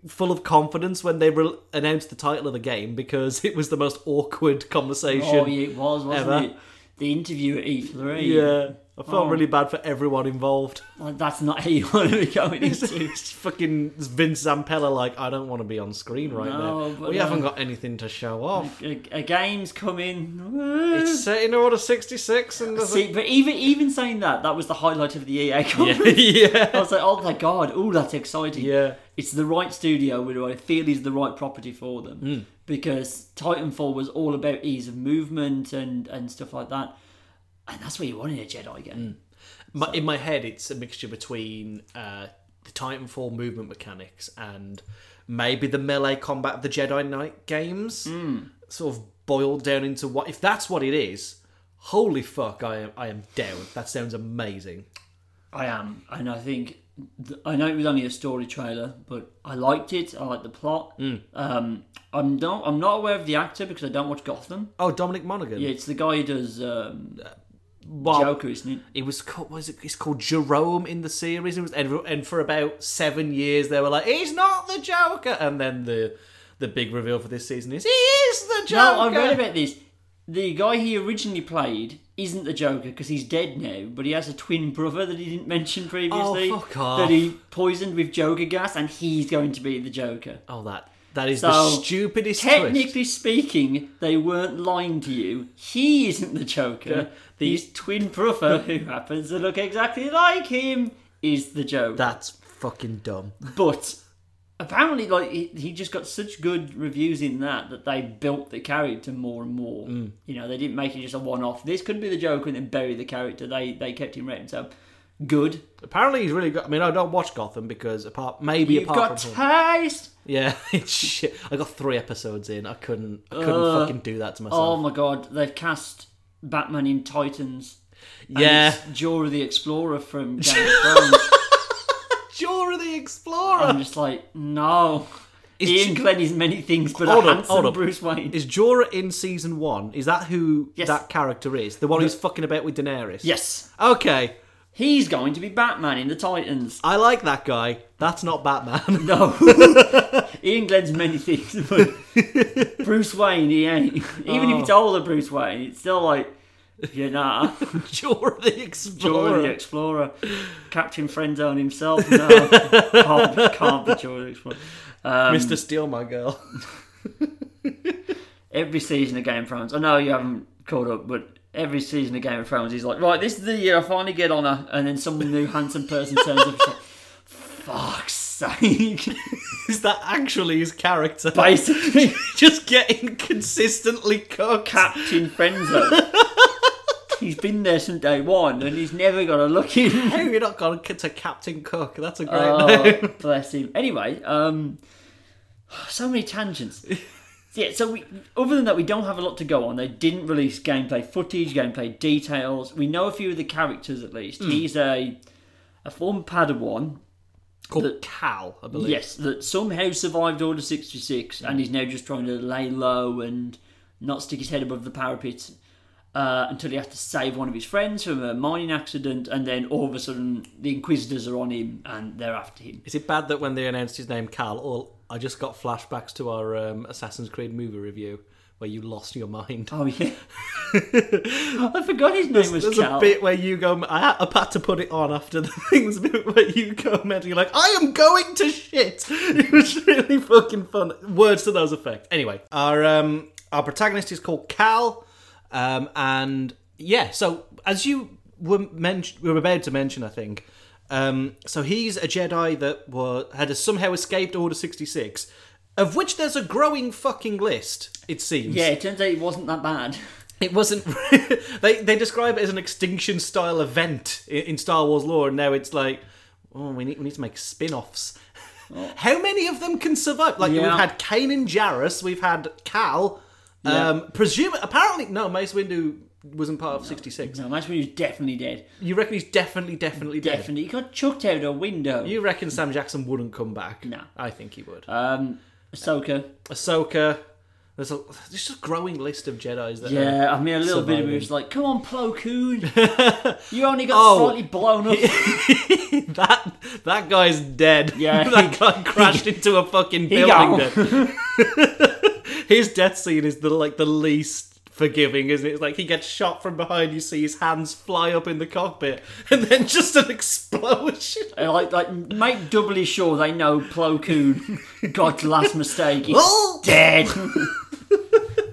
Speaker 1: full of confidence when they re- announced the title of the game because it was the most awkward conversation.
Speaker 2: oh, yeah, it was, wasn't
Speaker 1: ever.
Speaker 2: it? The interview at E E3.
Speaker 1: Yeah, I felt
Speaker 2: Oh.
Speaker 1: really bad for everyone involved.
Speaker 2: Like, that's not *laughs* how you want to be going into.
Speaker 1: *laughs* it's fucking Vince Zampella, like, I don't want to be on screen right
Speaker 2: No,
Speaker 1: now.
Speaker 2: but um,
Speaker 1: We
Speaker 2: no.
Speaker 1: haven't got anything to show
Speaker 2: *laughs*
Speaker 1: off.
Speaker 2: a, a game's coming.
Speaker 1: It's set in Order 66 and
Speaker 2: *laughs*
Speaker 1: there's a-
Speaker 2: See, but even even saying that, that was the highlight of the EA conference. I
Speaker 1: *laughs* yeah.
Speaker 2: was like, oh my god, oh that's exciting.
Speaker 1: Yeah.
Speaker 2: It's the right studio where I feel is the right property for them. Because Titanfall was all about ease of movement and, and stuff like that. And that's what you want in a Jedi game.
Speaker 1: My, in my head, it's a mixture between uh, the Titanfall movement mechanics and maybe the melee combat of the Jedi Knight games,
Speaker 2: Hmm.
Speaker 1: sort of boiled down into what if that's what it is. Holy fuck, I am I am down. That sounds amazing.
Speaker 2: I am. And I think, th- I know it was only a story trailer, but I liked it. I liked the plot. Um, I'm, not, I'm not aware of the actor because I don't watch Gotham.
Speaker 1: Oh, Dominic Monaghan.
Speaker 2: Yeah, it's the guy who does um,
Speaker 1: Well,
Speaker 2: Joker, isn't it?
Speaker 1: it was called was it, it's called Jerome in the series. It was and, and for about seven years they were like he's not the Joker, and then the the big reveal for this season is he is the Joker.
Speaker 2: No, I read about this. The guy he originally played isn't the Joker because he's dead now, but he has a twin brother that he didn't mention previously
Speaker 1: Oh, fuck off.
Speaker 2: that he poisoned with Joker gas, and he's going to be the Joker.
Speaker 1: oh, that that is the
Speaker 2: So,
Speaker 1: stupidest twist.
Speaker 2: Technically speaking, they weren't lying to you. He isn't the Joker.
Speaker 1: the-
Speaker 2: His twin brother, who happens to look exactly like him, is the Joker.
Speaker 1: That's fucking dumb.
Speaker 2: But apparently, like he, he just got such good reviews in that that they built the character more and more.
Speaker 1: Mm.
Speaker 2: You know, they didn't make it just a one-off. This could be the Joker and then bury the character. They they kept him wrapped up. good.
Speaker 1: Apparently, he's really good. I mean, I don't watch Gotham because apart maybe
Speaker 2: You've
Speaker 1: apart
Speaker 2: got
Speaker 1: from him. *laughs*
Speaker 2: taste.
Speaker 1: yeah, *laughs* it's shit. I got three episodes in. I couldn't. I couldn't
Speaker 2: Uh,
Speaker 1: fucking do that to
Speaker 2: Oh
Speaker 1: myself.
Speaker 2: my god, they've cast Batman in Titans. oh, and
Speaker 1: yeah,
Speaker 2: it's Jorah the Explorer from Game of
Speaker 1: *laughs*
Speaker 2: Thrones.
Speaker 1: Jorah the Explorer.
Speaker 2: I'm just like, no.
Speaker 1: Is
Speaker 2: Ian
Speaker 1: Ju-
Speaker 2: Glenn is many things, but
Speaker 1: Hold
Speaker 2: a
Speaker 1: up,
Speaker 2: handsome
Speaker 1: hold up.
Speaker 2: Bruce Wayne.
Speaker 1: is Jorah in season one? Is that who
Speaker 2: Yes.
Speaker 1: that character is? The one who's fucking about with Daenerys?
Speaker 2: yes,
Speaker 1: Okay,
Speaker 2: he's going to be Batman in the Titans.
Speaker 1: I like that guy. That's not Batman. *laughs*
Speaker 2: No, *laughs* Ian Glenn's many things, but Bruce Wayne, he ain't. Even if it's older Bruce Wayne, it's still like, you nah.
Speaker 1: Jorah the
Speaker 2: Jorah
Speaker 1: Explorer.
Speaker 2: the Explorer, Captain Friendzone himself. No, can't, can't be Jorah the Explorer. Um,
Speaker 1: Mr. Steal My Girl. *laughs*
Speaker 2: every season of Game of Thrones. I know you haven't caught up, but every season of Game of Thrones, he's like, right, this is the year I finally get on her, and then some new handsome person turns up. and she's like, Fuck's sake! *laughs*
Speaker 1: is that actually his character?
Speaker 2: Basically,
Speaker 1: *laughs* Just getting consistently cooked.
Speaker 2: Captain *laughs* Friendzone. He's been there since day one, and he's never got a look in.
Speaker 1: How have you not gone to Captain Cook? That's a great name.
Speaker 2: *laughs* Oh, bless him. Anyway, um, so many *laughs* tangents. Yeah, so we, other than that, we don't have a lot to go on. They didn't release gameplay footage, gameplay details. We know a few of the characters at least. He's a a former Padawan,
Speaker 1: *laughs* Called Cal, I believe.
Speaker 2: yes, that somehow survived Order sixty six,
Speaker 1: Mm.
Speaker 2: and is now just trying to lay low and not stick his head above the parapet uh, until he has to save one of his friends from a mining accident, and then all of a sudden the Inquisitors are on him and they're after him.
Speaker 1: Is it bad that when they announced his name, Cal, all I just got flashbacks to our um, Assassin's Creed movie review where you lost your mind.
Speaker 2: Oh yeah, *laughs* I forgot his name was
Speaker 1: There's
Speaker 2: Cal.
Speaker 1: a bit where you go. I had, I had to put it on after the *laughs* things where you go mentally like, I am going to shit. *laughs* It was really fucking fun. Words to those effects. Anyway, our um, our protagonist is called Cal, um, and yeah. So as you were men- were about to mention, I think. Um, so he's a Jedi that were, had somehow escaped Order sixty six, of which there's a growing fucking list. It seems.
Speaker 2: Yeah, it turns out it wasn't that bad. *laughs*
Speaker 1: It wasn't. *laughs* they they describe it as an extinction style event in, in Star Wars lore, and now it's like, oh, we need we need to make spin offs. *laughs* How many of them can survive? Like
Speaker 2: Oh. Yeah.
Speaker 1: we've had Kane and Jarrus, we've had Cal. Um, presume apparently no, Mace Windu wasn't part of sixty six.
Speaker 2: No, Mace Windu's definitely dead.
Speaker 1: You reckon he's definitely, definitely, dead.
Speaker 2: Definitely, he got chucked out a window.
Speaker 1: You reckon Sam Jackson wouldn't come back?
Speaker 2: No.
Speaker 1: I think he would.
Speaker 2: Um, Ahsoka.
Speaker 1: Ahsoka. There's a there's just a growing list of Jedi's that. are-
Speaker 2: Yeah, I mean, a little bit of
Speaker 1: surviving.
Speaker 2: me was like, "Come on, Plo Koon,
Speaker 1: *laughs*
Speaker 2: you only got
Speaker 1: Oh.
Speaker 2: slightly
Speaker 1: *laughs*
Speaker 2: blown up."
Speaker 1: That that guy's dead. *laughs*
Speaker 2: Yeah,
Speaker 1: that
Speaker 2: he-
Speaker 1: guy crashed into a fucking
Speaker 2: gone.
Speaker 1: building. Dead. *laughs* his death scene is the like the least forgiving, isn't it? It's like he gets shot from behind. You see his hands fly up in the cockpit, *laughs* and then just an
Speaker 2: *laughs*
Speaker 1: explosion.
Speaker 2: And like, like, make doubly sure they know
Speaker 1: *laughs*
Speaker 2: Plo Koon. God's last mistake. He's
Speaker 1: Oh! *laughs*
Speaker 2: dead.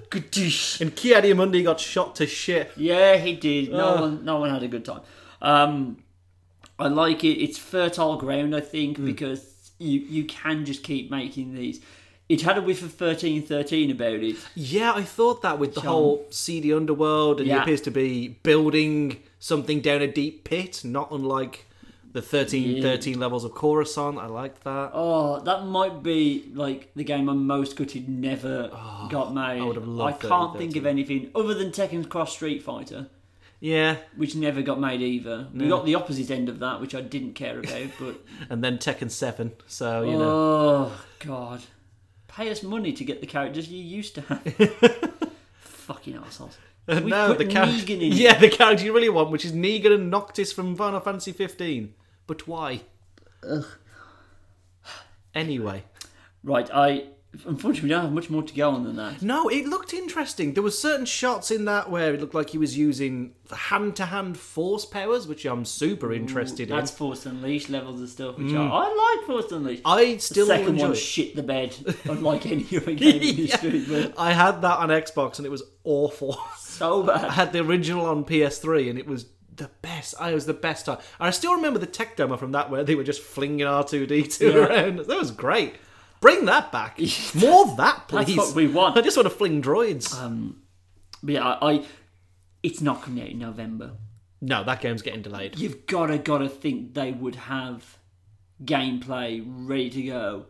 Speaker 2: Gadoosh.
Speaker 1: And Kiadiamundi got shot to shit.
Speaker 2: Yeah, he did.
Speaker 1: Oh.
Speaker 2: No one, no one had a good time. Um, I like it. It's fertile ground, I think,
Speaker 1: Hmm.
Speaker 2: because you you can just keep making these. It had a whiff of thirteen thirteen about it.
Speaker 1: Yeah, I thought that with the whole seedy underworld, and he
Speaker 2: Yeah.
Speaker 1: appears to be building something down a deep pit, not unlike the thirteen thirteen levels of Coruscant. I liked that.
Speaker 2: Oh, that might be like the game I'm most gutted never got made. I,
Speaker 1: Oh, would have loved
Speaker 2: can't
Speaker 1: 13-13.
Speaker 2: think of anything other than Tekken's Cross Street Fighter,
Speaker 1: Yeah,
Speaker 2: which never got made either. We got the opposite end of that, which I didn't care about.
Speaker 1: *laughs*
Speaker 2: But
Speaker 1: and then Tekken Seven. So you know,
Speaker 2: Oh God! Pay us money to get the characters you used to have.
Speaker 1: *laughs*
Speaker 2: Fucking assholes. We
Speaker 1: Uh, no,
Speaker 2: put
Speaker 1: the character.
Speaker 2: Negan
Speaker 1: *laughs*
Speaker 2: in. it.
Speaker 1: Yeah, the character you really want, which is Negan and Noctis from Final Fantasy 15. But why? Anyway,
Speaker 2: Right. I unfortunately we don't have much more to go on than that.
Speaker 1: no, it looked interesting. There were certain shots in that where it looked like he was using hand-to-hand force powers, which I'm super interested in.
Speaker 2: That's Force Unleashed levels of stuff,
Speaker 1: Mm.
Speaker 2: which I, I like. Force Unleashed.
Speaker 1: I
Speaker 2: The
Speaker 1: still
Speaker 2: second
Speaker 1: enjoy
Speaker 2: one
Speaker 1: it.
Speaker 2: shit the bed, unlike any other game
Speaker 1: *laughs*
Speaker 2: in history. But
Speaker 1: I had that on Xbox and it was awful. *laughs*
Speaker 2: so
Speaker 1: I
Speaker 2: bad.
Speaker 1: had the original on PS3 and it was the best. I was the best time. And I still remember the tech demo from that where they were just flinging *laughs* R2D2
Speaker 2: Yeah.
Speaker 1: around. That was great. Bring that *laughs* back. More of that, please.
Speaker 2: That's what we want.
Speaker 1: I just Um, want to fling droids.
Speaker 2: But yeah, I, I. It's not coming out in November.
Speaker 1: No, that game's getting delayed.
Speaker 2: You've gotta gotta think they would have gameplay ready to go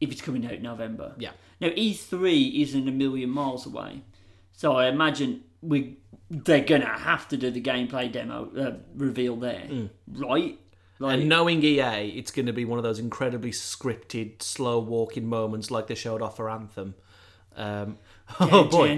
Speaker 2: if it's coming out in November.
Speaker 1: Yeah.
Speaker 2: Now E3 isn't a million miles away, so I imagine we they're gonna have to do the gameplay demo uh, reveal there, right? Like,
Speaker 1: And knowing EA, it's going to be one of those incredibly scripted, slow walking moments like they showed off for Anthem. Um, oh boy,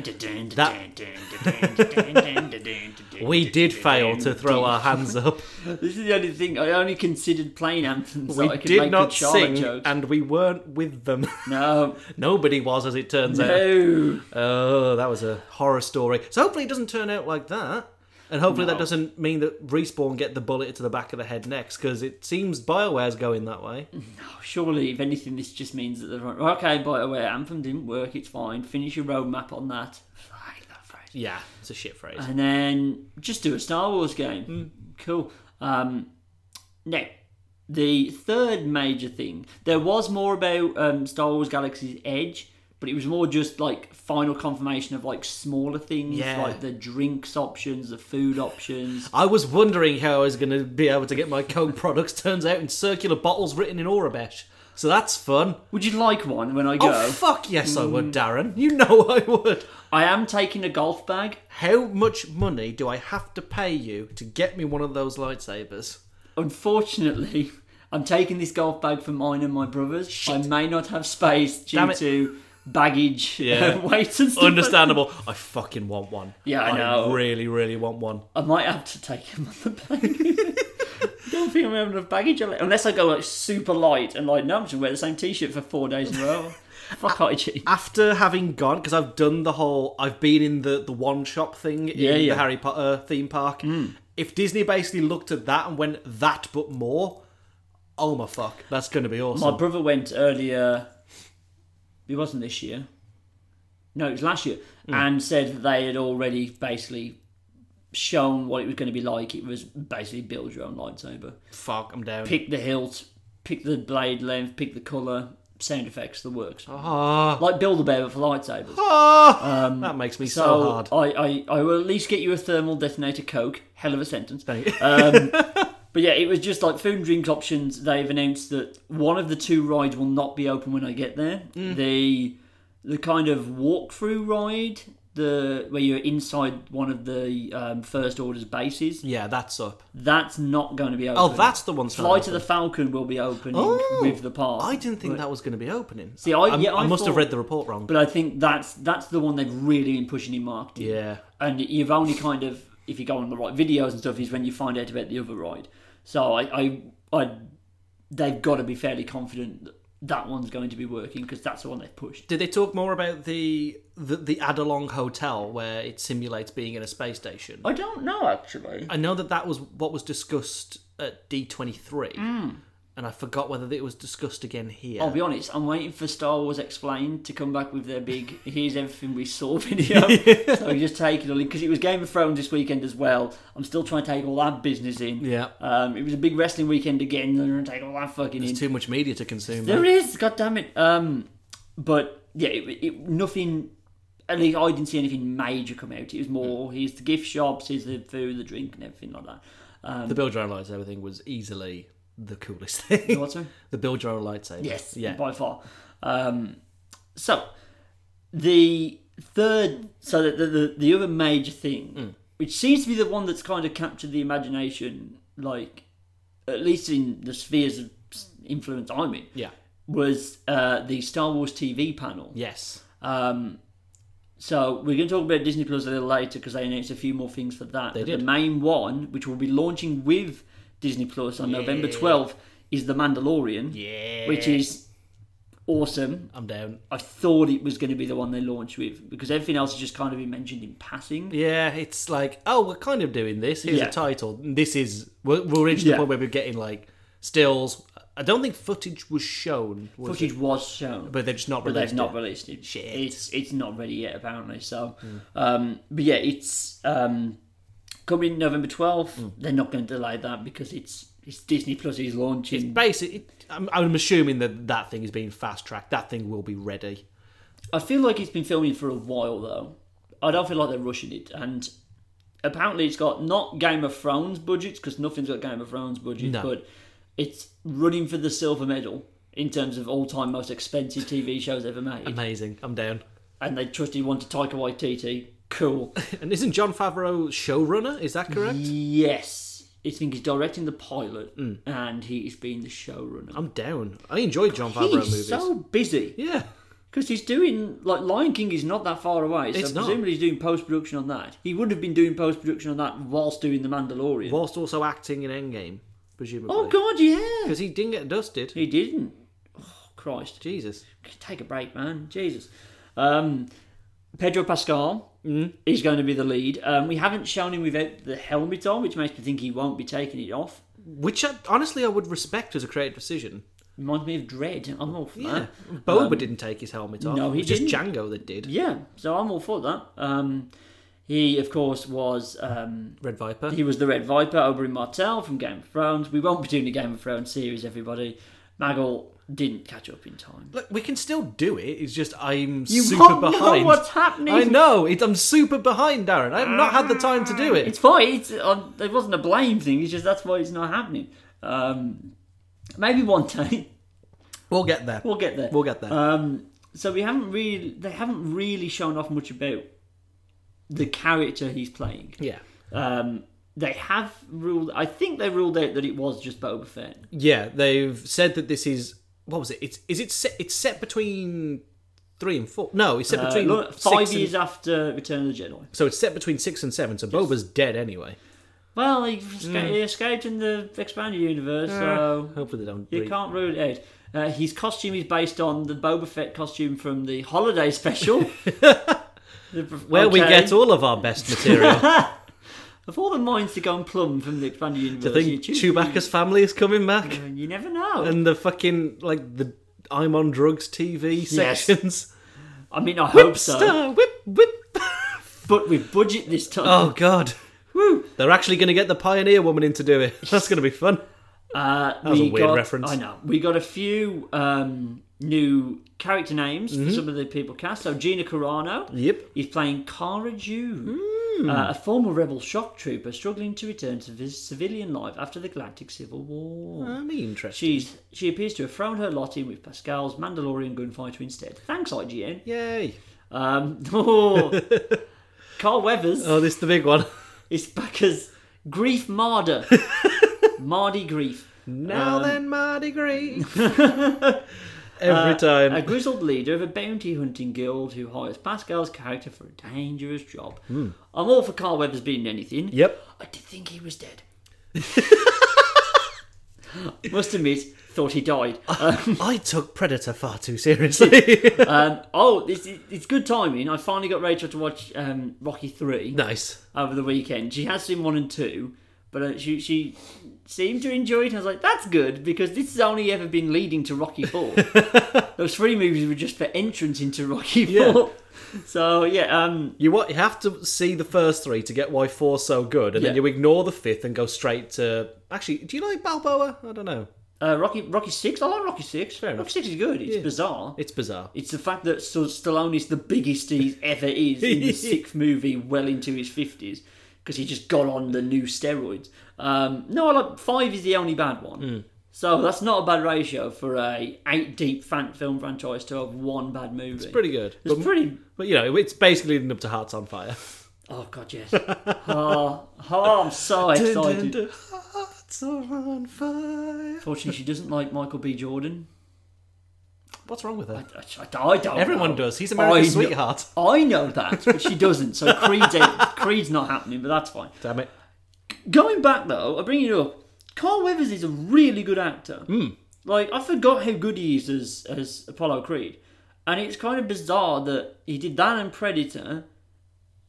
Speaker 1: we did fail to throw *laughs* our hands up.
Speaker 2: This is the only thing I only considered playing anthems. that I
Speaker 1: We
Speaker 2: could
Speaker 1: did
Speaker 2: make
Speaker 1: not
Speaker 2: a Charlotte
Speaker 1: sing,
Speaker 2: joke.
Speaker 1: and we weren't with them. *laughs*
Speaker 2: No,
Speaker 1: Nobody was, as it turns out.
Speaker 2: no.
Speaker 1: Oh, that was a horror story. So hopefully it doesn't turn out like that. And hopefully that
Speaker 2: No.
Speaker 1: doesn't mean that Respawn get the bullet to the back of the head next, because it seems Bioware's going that way.
Speaker 2: Oh, Surely, if anything, this just means that they're like, okay. By the way, anthem didn't work. It's fine. Finish your roadmap on that. I hate that phrase.
Speaker 1: Yeah, it's a shit phrase.
Speaker 2: and then just do a Star Wars game.
Speaker 1: Mm.
Speaker 2: Cool. Um, now, the third major thing there was more about um, Star Wars Galaxy's Edge, but it was more just like final confirmation of like smaller things,
Speaker 1: Yeah.
Speaker 2: like the drinks options, the food options.
Speaker 1: I was wondering how I was going to be able to get my Coke products turns out in circular bottles written in Orabesh. So that's fun.
Speaker 2: Would you like one when I go?
Speaker 1: Oh, fuck yes, I would, Darren. You know I would.
Speaker 2: I am taking a golf bag.
Speaker 1: How much money do I have to pay you to get me one of those lightsabers?
Speaker 2: Unfortunately. *laughs* I'm taking this golf bag for mine and my brothers. I may not have space
Speaker 1: Damn
Speaker 2: due
Speaker 1: it.
Speaker 2: to baggage, *laughs*
Speaker 1: Yeah.
Speaker 2: weight, and stuff. like that.
Speaker 1: Understandable. *laughs* I fucking want one.
Speaker 2: Yeah, I know.
Speaker 1: really, really want one.
Speaker 2: I might have to take *laughs* him on the plane. *laughs* Don't think I'm having enough baggage on it. unless I go like super light and like no, I'm just gonna wear the same T-shirt for four days in
Speaker 1: *laughs*
Speaker 2: a row. Fuck Archie.
Speaker 1: after having gone because I've done the whole I've been in the the one shop thing
Speaker 2: Yeah,
Speaker 1: in
Speaker 2: yeah. Hmm.
Speaker 1: the Harry Potter theme park. If Disney basically looked at that and went that but more, oh my fuck, that's going to be
Speaker 2: My
Speaker 1: awesome.
Speaker 2: brother went earlier. It wasn't this year. No, it was last year,
Speaker 1: Hmm.
Speaker 2: and said that they had already basically shown what it was going to be like. It was basically build your own lightsaber.
Speaker 1: fuck, I'm down.
Speaker 2: Pick the hilt, pick the blade length, pick the color, sound effects, the works.
Speaker 1: Ah,
Speaker 2: Like build a bear for lightsabers.
Speaker 1: ah, that makes me so,
Speaker 2: Um, So uh,
Speaker 1: hard.
Speaker 2: I, I, I will at least get you a thermal detonator coke. Hell of a sentence. *laughs*
Speaker 1: Thank- *laughs*
Speaker 2: Um, but yeah, it was just like food and drink options. They've announced that one of the two rides will not be open when I get there.
Speaker 1: Mm.
Speaker 2: The the kind of walkthrough ride, the where you're inside one of the um, First Order's bases,
Speaker 1: yeah, that's up.
Speaker 2: that's not going to be open.
Speaker 1: Oh, that's the one.
Speaker 2: Flight of the Falcon will be opening
Speaker 1: Oh!
Speaker 2: with the park.
Speaker 1: I didn't think that was going to be opening.
Speaker 2: See, I-
Speaker 1: I'm-
Speaker 2: yeah, I
Speaker 1: must have
Speaker 2: thought-
Speaker 1: read the report wrong.
Speaker 2: But uh, I think that's that's the one they've really been pushing in marketing.
Speaker 1: yeah,
Speaker 2: and you've only kind of if you go on the right videos and stuff is when you find out about the other ride so i i, I they've got to be fairly confident that that one's going to be working because that's the one they've pushed
Speaker 1: did they talk more about the the, the Adalong Hotel where it simulates being in a space station?
Speaker 2: i don't know actually
Speaker 1: I know that that was what was discussed at D23, and I forgot whether it was discussed again here.
Speaker 2: I'll be honest, I'm waiting for Star Wars Explained to come back with their big here's everything we *laughs* saw video. so you just take it all in because it was Game of Thrones this weekend as well. I'm still trying to take all that business in.
Speaker 1: Yeah.
Speaker 2: Um, it was a big wrestling weekend again, and I'm going to take all that fucking in.
Speaker 1: There's too much media to consume.
Speaker 2: There
Speaker 1: man.
Speaker 2: is, god damn it. Um, but yeah, it, it, nothing. At least I didn't see anything major come out. It was more here's the gift shops, here's the food, the drink, and everything like that. Um,
Speaker 1: The build your own lightsaber thing was easily the coolest *laughs* thing.
Speaker 2: what's that?
Speaker 1: the build your own lightsaber.
Speaker 2: Yes,
Speaker 1: Yeah.
Speaker 2: by far. Um, so the third, so the, the the the other major thing, which seems to be the one that's kind of captured the imagination, like at least in the spheres of influence I'm in,
Speaker 1: Yeah.
Speaker 2: was uh, the Star Wars TV panel.
Speaker 1: Yes.
Speaker 2: Um, so we're going to talk about Disney Plus a little later because they announced a few more things for that. They
Speaker 1: did.
Speaker 2: The main one, which will be launching with Disney Plus on November 12th, is The Mandalorian,
Speaker 1: Yeah.
Speaker 2: which is awesome.
Speaker 1: I'm down.
Speaker 2: I thought it was going to be the one they launched with because everything else has just kind of been mentioned in passing.
Speaker 1: Yeah, it's like, oh, we're kind of doing this. Here's
Speaker 2: Yeah.
Speaker 1: a title. This is. We're, we're reaching the
Speaker 2: Yeah.
Speaker 1: point where we're getting, like, stills. I don't think footage was shown, was it?
Speaker 2: Footage was shown,
Speaker 1: but they're just not
Speaker 2: but
Speaker 1: released.
Speaker 2: they've not
Speaker 1: it.
Speaker 2: released it.
Speaker 1: Shit.
Speaker 2: It's it's not ready yet apparently. So, um, but yeah, it's um, coming November twelfth. They're not going to delay that because it's it's Disney Plus is launching.
Speaker 1: Basically, I'm, I'm assuming that that thing is being fast tracked. That thing will be ready.
Speaker 2: I feel like it's been filming for a while though. I don't feel like they're rushing it, and apparently it's got not Game of Thrones budgets because nothing's got Game of Thrones budgets,
Speaker 1: No.
Speaker 2: but it's running for the silver medal in terms of all-time most expensive TV shows ever made.
Speaker 1: Amazing. I'm down.
Speaker 2: And they trusted one to Taika Waititi. Cool.
Speaker 1: And isn't John Favreau showrunner? Is that correct?
Speaker 2: Yes. I think he's directing the pilot and he is being the showrunner.
Speaker 1: I'm down. Mm. I enjoyed John Favreau
Speaker 2: He's
Speaker 1: movies.
Speaker 2: so busy.
Speaker 1: Yeah.
Speaker 2: Because he's doing like Lion King is not that far away, so
Speaker 1: It's not.
Speaker 2: presumably he's doing post production on that. He would have been doing post production on that whilst doing The Mandalorian.
Speaker 1: Whilst also acting in Endgame, presumably.
Speaker 2: Oh God, yeah,
Speaker 1: Because he didn't get dusted.
Speaker 2: he didn't. Oh Christ,
Speaker 1: Jesus.
Speaker 2: take a break, man. Jesus. Um, Pedro Pascal
Speaker 1: Mm.
Speaker 2: is going to be the lead. Um, we haven't shown him without the helmet on, which makes me think he won't be taking it off.
Speaker 1: Which, I, honestly, I would respect as a creative decision.
Speaker 2: Reminds me of Dread. I'm all for
Speaker 1: Yeah.
Speaker 2: that.
Speaker 1: Boba didn't take his helmet off.
Speaker 2: Um, no, he
Speaker 1: It was
Speaker 2: didn't.
Speaker 1: just Django that did.
Speaker 2: Yeah, so I'm all for that. Um, he, of course, was um,
Speaker 1: Red Viper.
Speaker 2: He was the Red Viper, Oberyn Martell from Game of Thrones. We won't be doing a Game of Thrones series, everybody. Maggle didn't catch up in time.
Speaker 1: Look, we can still do it. It's just I'm
Speaker 2: You
Speaker 1: super
Speaker 2: won't know
Speaker 1: behind.
Speaker 2: what's happening.
Speaker 1: I know. It, I'm super behind, Darren. I've not had the time to do it.
Speaker 2: It's fine. It's, uh, it wasn't a blame thing. It's just that's why it's not happening. Um, maybe one day *laughs*
Speaker 1: We'll get there.
Speaker 2: we'll get there.
Speaker 1: We'll get there.
Speaker 2: Um, so we haven't really, they haven't really shown off much about the character he's playing.
Speaker 1: yeah.
Speaker 2: Um, they have ruled. I think they ruled out that it was just Boba Fett.
Speaker 1: Yeah. They've said that this is what was it? It's is it set? It's set between three and four. No, it's set
Speaker 2: Uh,
Speaker 1: between
Speaker 2: look,
Speaker 1: six
Speaker 2: five
Speaker 1: and-
Speaker 2: years after Return of the Jedi.
Speaker 1: So it's set between six and seven. So Boba's dead anyway.
Speaker 2: Well, he esca-
Speaker 1: Hmm.
Speaker 2: he escaped in the expanded universe, so
Speaker 1: Hopefully they don't.
Speaker 2: you
Speaker 1: re-
Speaker 2: can't rule it out. Uh, his costume is based on the Boba Fett costume from the
Speaker 1: *laughs*
Speaker 2: holiday special. The pr-
Speaker 1: Where we
Speaker 2: okay.
Speaker 1: get all of our
Speaker 2: *laughs*
Speaker 1: best material.
Speaker 2: of all the minds to go and plumb from the expanded universe.
Speaker 1: I think
Speaker 2: you, choose-
Speaker 1: Chewbacca's family is coming back,
Speaker 2: you never know.
Speaker 1: and the fucking like the I'm on drugs TV
Speaker 2: Yes.
Speaker 1: sections.
Speaker 2: I mean, I hope
Speaker 1: Whip
Speaker 2: so,
Speaker 1: star, whip whip.
Speaker 2: but with budget this time.
Speaker 1: Oh god.
Speaker 2: Woo.
Speaker 1: They're actually going to get the Pioneer Woman in to do it. *laughs* That's going to be fun.
Speaker 2: Uh, that
Speaker 1: was a weird reference.
Speaker 2: I know. We got a few um, new character names
Speaker 1: Mm-hmm.
Speaker 2: for some of the people cast. So Gina Carano.
Speaker 1: Yep.
Speaker 2: He's playing Cara June,
Speaker 1: Hmm.
Speaker 2: uh, a former rebel shock trooper struggling to return to his civilian life after the Galactic Civil War.
Speaker 1: I'm interested.
Speaker 2: She's she appears to have thrown her lot in with Pascal's Mandalorian gunfighter instead. Thanks, IGN.
Speaker 1: Yay.
Speaker 2: Um, *laughs* oh, Carl Weathers
Speaker 1: Oh, this is the big one.
Speaker 2: is back as
Speaker 1: *laughs*
Speaker 2: Grief Marder, Mardy Grief. Um,
Speaker 1: Now then, Uh, Mardi Gras. Um, *laughs* Every time.
Speaker 2: A grizzled leader of a bounty hunting guild who hires Pascal's character for a dangerous job.
Speaker 1: Hmm.
Speaker 2: I'm all for Carl Weathers being anything.
Speaker 1: Yep. *laughs*
Speaker 2: I did think he was dead. *laughs* Must admit, thought he died. Um,
Speaker 1: I took Predator far too *laughs* seriously.
Speaker 2: um, oh, it's, it's good timing. I finally got Rachel to watch um, Rocky 3
Speaker 1: nice.
Speaker 2: over the weekend. She has seen 1 and 2, but uh, she, she seemed to enjoy it. I was like, that's good, because this has only ever been leading to Rocky 4. Those three movies were just for entrance into Rocky 4.
Speaker 1: Yeah.
Speaker 2: So, yeah, um,
Speaker 1: You, what, you have to see the first three to get why four's so good, and then
Speaker 2: Yeah.
Speaker 1: you ignore the fifth and go straight to. Actually, do you like Balboa? I don't know.
Speaker 2: uh, Rocky Rocky 6, I like Rocky 6. Rocky 6 is good, it's bizarre.
Speaker 1: It's bizarre.
Speaker 2: It's the fact that St- Stallone is the biggest he
Speaker 1: *laughs*
Speaker 2: ever is in the sixth movie, well into his fifties, because he just got on the new steroids. Um, no, I like five is the only bad one,
Speaker 1: Hmm.
Speaker 2: so that's not a bad ratio for a eight deep fan- film franchise to have one bad movie. It's
Speaker 1: Pretty good.
Speaker 2: It's
Speaker 1: But,
Speaker 2: pretty.
Speaker 1: but, you know, it's basically leading up to Hearts on Fire.
Speaker 2: Oh god,
Speaker 1: *laughs*
Speaker 2: yes. oh, oh, I'm so excited.
Speaker 1: Hearts on Fire.
Speaker 2: Fortunately, she doesn't like Michael B. Jordan.
Speaker 1: What's wrong with her?
Speaker 2: I, I- I don't.
Speaker 1: Everyone
Speaker 2: know.
Speaker 1: does. He's
Speaker 2: I
Speaker 1: America's
Speaker 2: kn-
Speaker 1: sweetheart.
Speaker 2: I know that, but she doesn't. So
Speaker 1: *laughs*
Speaker 2: Creed's Creed's not happening, but that's fine.
Speaker 1: Damn it.
Speaker 2: Going back though, I bring it up. Carl Weathers is a really good actor.
Speaker 1: Hmm.
Speaker 2: Like I forgot how good he is as as Apollo Creed, and it's kind of bizarre that he did that and Predator,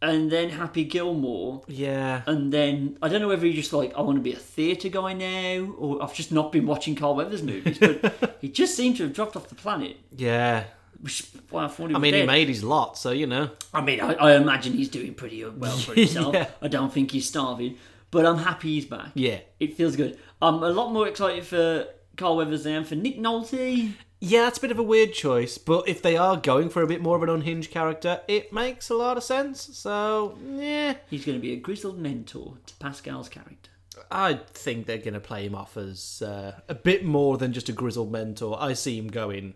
Speaker 2: and then Happy Gilmore,
Speaker 1: Yeah.
Speaker 2: and then I don't know whether he just like I want to be a theatre guy now, or I've just not been watching Carl Weathers
Speaker 1: *laughs*
Speaker 2: movies, but he just seemed to have dropped off the planet.
Speaker 1: Yeah.
Speaker 2: Which well, I thought he was
Speaker 1: I mean,
Speaker 2: dead.
Speaker 1: he made his lot, so you know.
Speaker 2: I mean, I, I imagine he's doing pretty well for
Speaker 1: *laughs*
Speaker 2: himself.
Speaker 1: Yeah.
Speaker 2: I don't think he's starving, but I'm happy he's back.
Speaker 1: Yeah.
Speaker 2: It feels good. I'm a lot more excited for Carl Weathers than I am for Nick Nolte.
Speaker 1: Yeah, that's a bit of a weird choice, but if they are going for a bit more of an unhinged character, it makes a lot of sense. So, yeah.
Speaker 2: He's going to be a grizzled mentor to Pascal's character.
Speaker 1: I think they're going to play him off as uh, a bit more than just a grizzled mentor. I see him going,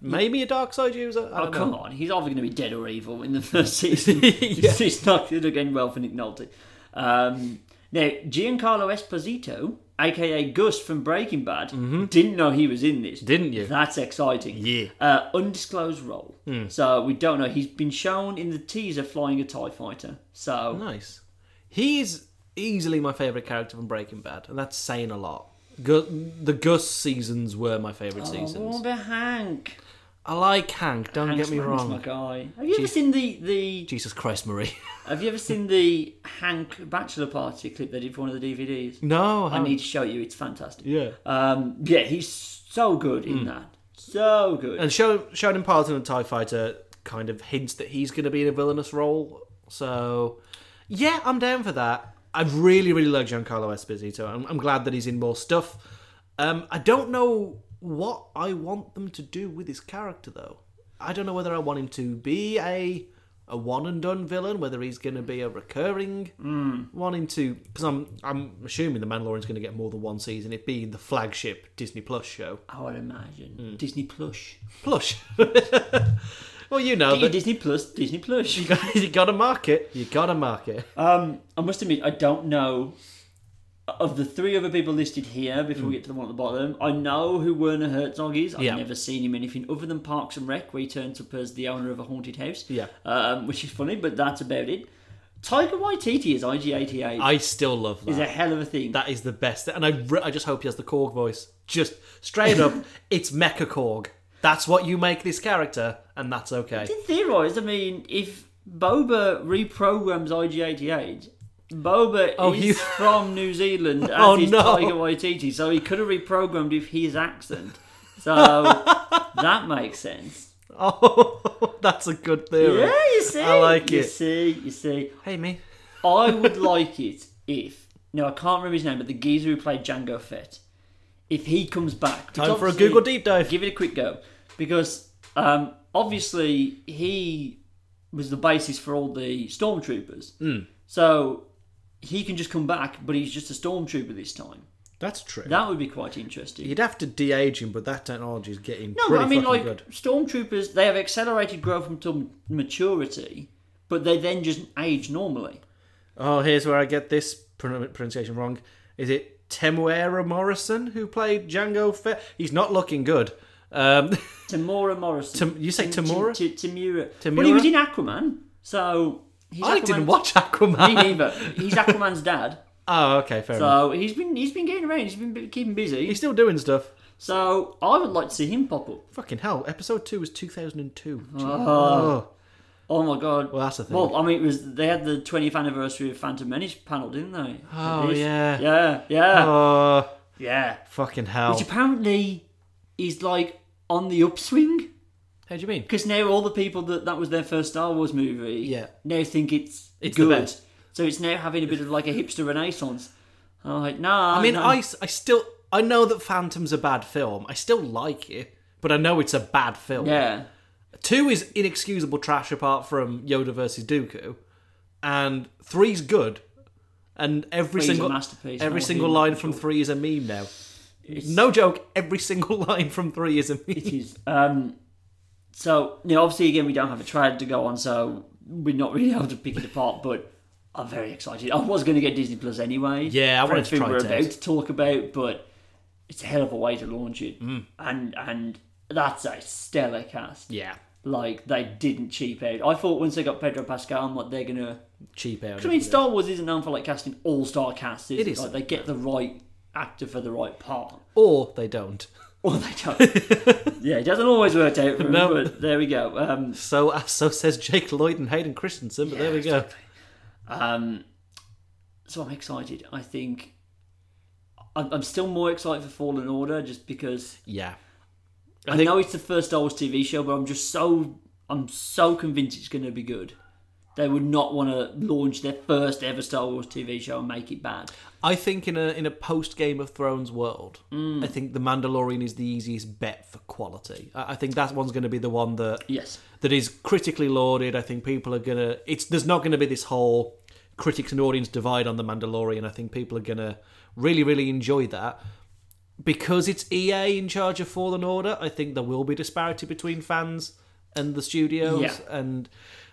Speaker 1: maybe a dark side user? I
Speaker 2: Oh,
Speaker 1: don't
Speaker 2: come
Speaker 1: know.
Speaker 2: on. He's either going to be dead or evil in the *laughs* first season. It's it's not going to end well for Nick Nolte. Um, now, Giancarlo Esposito, aka Gus from Breaking Bad, didn't know he was in this.
Speaker 1: Didn't you?
Speaker 2: That's exciting.
Speaker 1: Yeah.
Speaker 2: Uh, undisclosed role. So we don't know. He's been shown in the teaser flying a TIE fighter. So
Speaker 1: Nice. He's easily my favourite character from Breaking Bad, and that's saying a lot. Gu- the Gus seasons were my favourite
Speaker 2: Oh, what
Speaker 1: seasons.
Speaker 2: about Hank?
Speaker 1: I like Hank, don't
Speaker 2: Hank's
Speaker 1: get me
Speaker 2: my-
Speaker 1: wrong.
Speaker 2: my guy. Have you ever seen the the
Speaker 1: Jesus Christ, Marie. *laughs*
Speaker 2: Have you ever seen the Hank bachelor party clip they did for one of the DVDs?
Speaker 1: no,
Speaker 2: I
Speaker 1: Hank.
Speaker 2: need to show you. It's fantastic.
Speaker 1: Yeah. Hmm.
Speaker 2: Um, yeah, he's so good in that. So good.
Speaker 1: And show, Sheldon Parton and TIE Fighter kind of hints that he's going to be in a villainous role. So, yeah, I'm down for that. I really, really like Giancarlo Esposito. I'm, I'm glad that he's in more stuff. Um, I don't know what I want them to do with his character, though. I don't know whether I want him to be a a one and done villain, whether he's going to be a recurring one into because I'm I'm assuming the Mandalorian's going to get more than one season. It being the flagship Disney Plus show.
Speaker 2: I would imagine
Speaker 1: hmm.
Speaker 2: Disney Plush.
Speaker 1: Plush. *laughs* well, you know,
Speaker 2: Get your
Speaker 1: that
Speaker 2: Disney Plus, Disney Plush.
Speaker 1: Uh, *laughs* you got to market. You got to market.
Speaker 2: Um, I must admit, I don't know. Of the three other people listed here, before we get to the one at the bottom, I know who Werner Herzog is. I've
Speaker 1: Mm. Yeah.
Speaker 2: never seen him in anything other than Parks and Rec, where he turns up as the owner of a haunted house.
Speaker 1: Yeah.
Speaker 2: Um, which is funny, but that's about it. Tiger Waititi is IG88.
Speaker 1: I still love
Speaker 2: is a
Speaker 1: that.
Speaker 2: hell of a thing.
Speaker 1: That is the best, and I re- I just hope he has the Korg voice. Just straight *laughs* up, it's Mecha Korg. That's what you make this character, and that's okay.
Speaker 2: did theorise. I mean, if Boba reprograms IG88, Boba
Speaker 1: Oh,
Speaker 2: is
Speaker 1: you-
Speaker 2: from
Speaker 1: *laughs*
Speaker 2: New Zealand as
Speaker 1: Oh,
Speaker 2: is
Speaker 1: no.
Speaker 2: Tiger Waititi, so he could have reprogrammed with his accent.
Speaker 1: *laughs*
Speaker 2: So that makes sense.
Speaker 1: *laughs* Oh, that's a good theory.
Speaker 2: Yeah, you see,
Speaker 1: I like
Speaker 2: you
Speaker 1: it.
Speaker 2: see, you see.
Speaker 1: Hey, me.
Speaker 2: I would like it if no, I can't remember his name, but the geezer who played Django Fett, if he comes back,
Speaker 1: Time for a
Speaker 2: obviously-
Speaker 1: Google deep dive.
Speaker 2: give it a quick go because um, obviously he was the basis for all the stormtroopers.
Speaker 1: Hmm.
Speaker 2: So he can just come back, but he's just a stormtrooper this time.
Speaker 1: That's true.
Speaker 2: That would be quite interesting.
Speaker 1: You'd have to de-age him, but that technology is getting
Speaker 2: No, but
Speaker 1: pretty
Speaker 2: I mean,
Speaker 1: fucking
Speaker 2: like
Speaker 1: good.
Speaker 2: stormtroopers, they have accelerated growth until maturity, but they then just age normally.
Speaker 1: Oh, here's where I get this pron- pronunciation wrong. Is it Temuera Morrison who played Django Fett? He's not looking good. Um, *laughs*
Speaker 2: Tamora Morrison.
Speaker 1: Tam- you say
Speaker 2: Tim-
Speaker 1: Tamora?
Speaker 2: Tim- Tim- Tamura.
Speaker 1: Tamura?
Speaker 2: Well, he was in Aquaman, so he's
Speaker 1: I
Speaker 2: Aquaman's-
Speaker 1: didn't watch
Speaker 2: *laughs* Me
Speaker 1: Aquaman.
Speaker 2: neither. He's Aquaman's dad.
Speaker 1: *laughs* Oh, okay, fair enough.
Speaker 2: So he's been he's been getting around. He's been b- keeping busy.
Speaker 1: He's still doing stuff.
Speaker 2: So I would like to see him pop up.
Speaker 1: Fucking hell! Episode two was 2002.
Speaker 2: Oh. Oh my god!
Speaker 1: Well, that's the thing.
Speaker 2: Well, I mean, it was they had the 20th anniversary of Phantom Menace panel, didn't they?
Speaker 1: Oh,
Speaker 2: This.
Speaker 1: yeah.
Speaker 2: yeah, yeah,
Speaker 1: Oh,
Speaker 2: yeah.
Speaker 1: fucking hell!
Speaker 2: Which apparently is like on the upswing
Speaker 1: How do you mean?
Speaker 2: because now all the people that that was their first Star Wars movie,
Speaker 1: Yeah.
Speaker 2: now think it's
Speaker 1: It's the
Speaker 2: good.
Speaker 1: best.
Speaker 2: So it's now having a bit of like a hipster renaissance. I'm like, nah.
Speaker 1: I mean, I, s- I still I know that Phantom's a bad film. I still like it, but I know it's a bad film.
Speaker 2: yeah.
Speaker 1: Two is inexcusable trash apart from Yoda versus Dooku, and three's good, and every
Speaker 2: Three's a
Speaker 1: single
Speaker 2: masterpiece,
Speaker 1: every
Speaker 2: no
Speaker 1: single
Speaker 2: human
Speaker 1: line
Speaker 2: can
Speaker 1: from
Speaker 2: talk.
Speaker 1: three is a meme now. no joke, every single *laughs* line from three is a meme.
Speaker 2: It is. Um, so, you know, obviously, again, we don't have a trad to go on, so we're not really *laughs* able to pick it apart, but I'm very excited. I was going to get Disney Plus anyway.
Speaker 1: Yeah, I
Speaker 2: for
Speaker 1: wanted to try
Speaker 2: everything we're
Speaker 1: it out.
Speaker 2: about to talk about, but it's a hell of a way to launch it.
Speaker 1: Mm.
Speaker 2: And, and that's a stellar cast.
Speaker 1: Yeah,
Speaker 2: Like, they didn't cheap out. I thought once they got Pedro Pascal, I'm like, they're going to.
Speaker 1: cheap out.
Speaker 2: I mean, Star Wars isn't known for like casting all star casts. Is it?
Speaker 1: It isn't.
Speaker 2: Like, they get the right actor for the right part.
Speaker 1: Or they don't.
Speaker 2: Or they *laughs* don't. yeah, it doesn't always work out for them,
Speaker 1: No.
Speaker 2: but there we go. Um,
Speaker 1: So *laughs* uh, so says Jake Lloyd and Hayden Christensen. But there we go.
Speaker 2: um, so I'm excited. I think I'm, I'm still more excited for Fallen Order just because
Speaker 1: Yeah,
Speaker 2: I, know it's the first Star Wars TV show, but I'm just so I'm so convinced it's going to be good they would not want to launch their first ever Star Wars TV show and make it bad.
Speaker 1: I think in a in a post Game of Thrones world,
Speaker 2: Mm.
Speaker 1: I think The Mandalorian is the easiest bet for quality. I, I think that one's going to be the one that
Speaker 2: Yes.
Speaker 1: that is critically lauded. I think people are gonna. It's there's not going to be this whole critics and audience divide on The Mandalorian. I think people are gonna really really enjoy that because it's EA in charge of Fallen Order. I think there will be disparity between fans and the studios,
Speaker 2: Yeah.
Speaker 1: and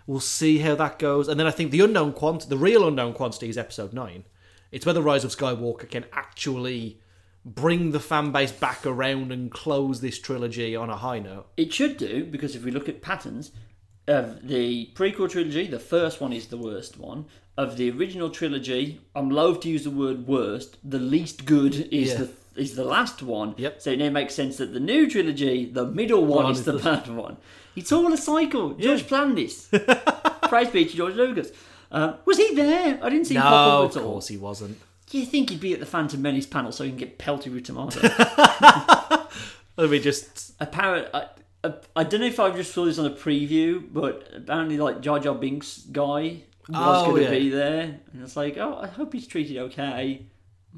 Speaker 1: we'll see how that goes. And then I think the unknown quantity, the real unknown quantity, is Episode Nine. It's whether Rise of Skywalker can actually bring the fan base back around and close this trilogy on a high note.
Speaker 2: It should do because if we look at patterns of the prequel trilogy, the first one is the worst one. Of the original trilogy, I'm loath to use the word worst. The least good is
Speaker 1: Yeah.
Speaker 2: the is the last one.
Speaker 1: Yep.
Speaker 2: So it now makes sense that the new trilogy, the middle one,
Speaker 1: One
Speaker 2: is
Speaker 1: is
Speaker 2: the
Speaker 1: the-
Speaker 2: bad one. It's all a cycle. George
Speaker 1: *laughs*
Speaker 2: planned this. Praise be to George Lucas. Um, was he there? I didn't see him pop
Speaker 1: No,
Speaker 2: up
Speaker 1: of
Speaker 2: at all.
Speaker 1: course he wasn't.
Speaker 2: Do you think he'd be at the Phantom Menace panel so he can get pelted with tomatoes?
Speaker 1: Let me just.
Speaker 2: apparent. I, I, I don't know if I just saw this on a preview, but apparently, like Jar Jar Binks guy was
Speaker 1: Oh,
Speaker 2: going to
Speaker 1: yeah.
Speaker 2: be there, and it's like, oh, I hope he's treated okay.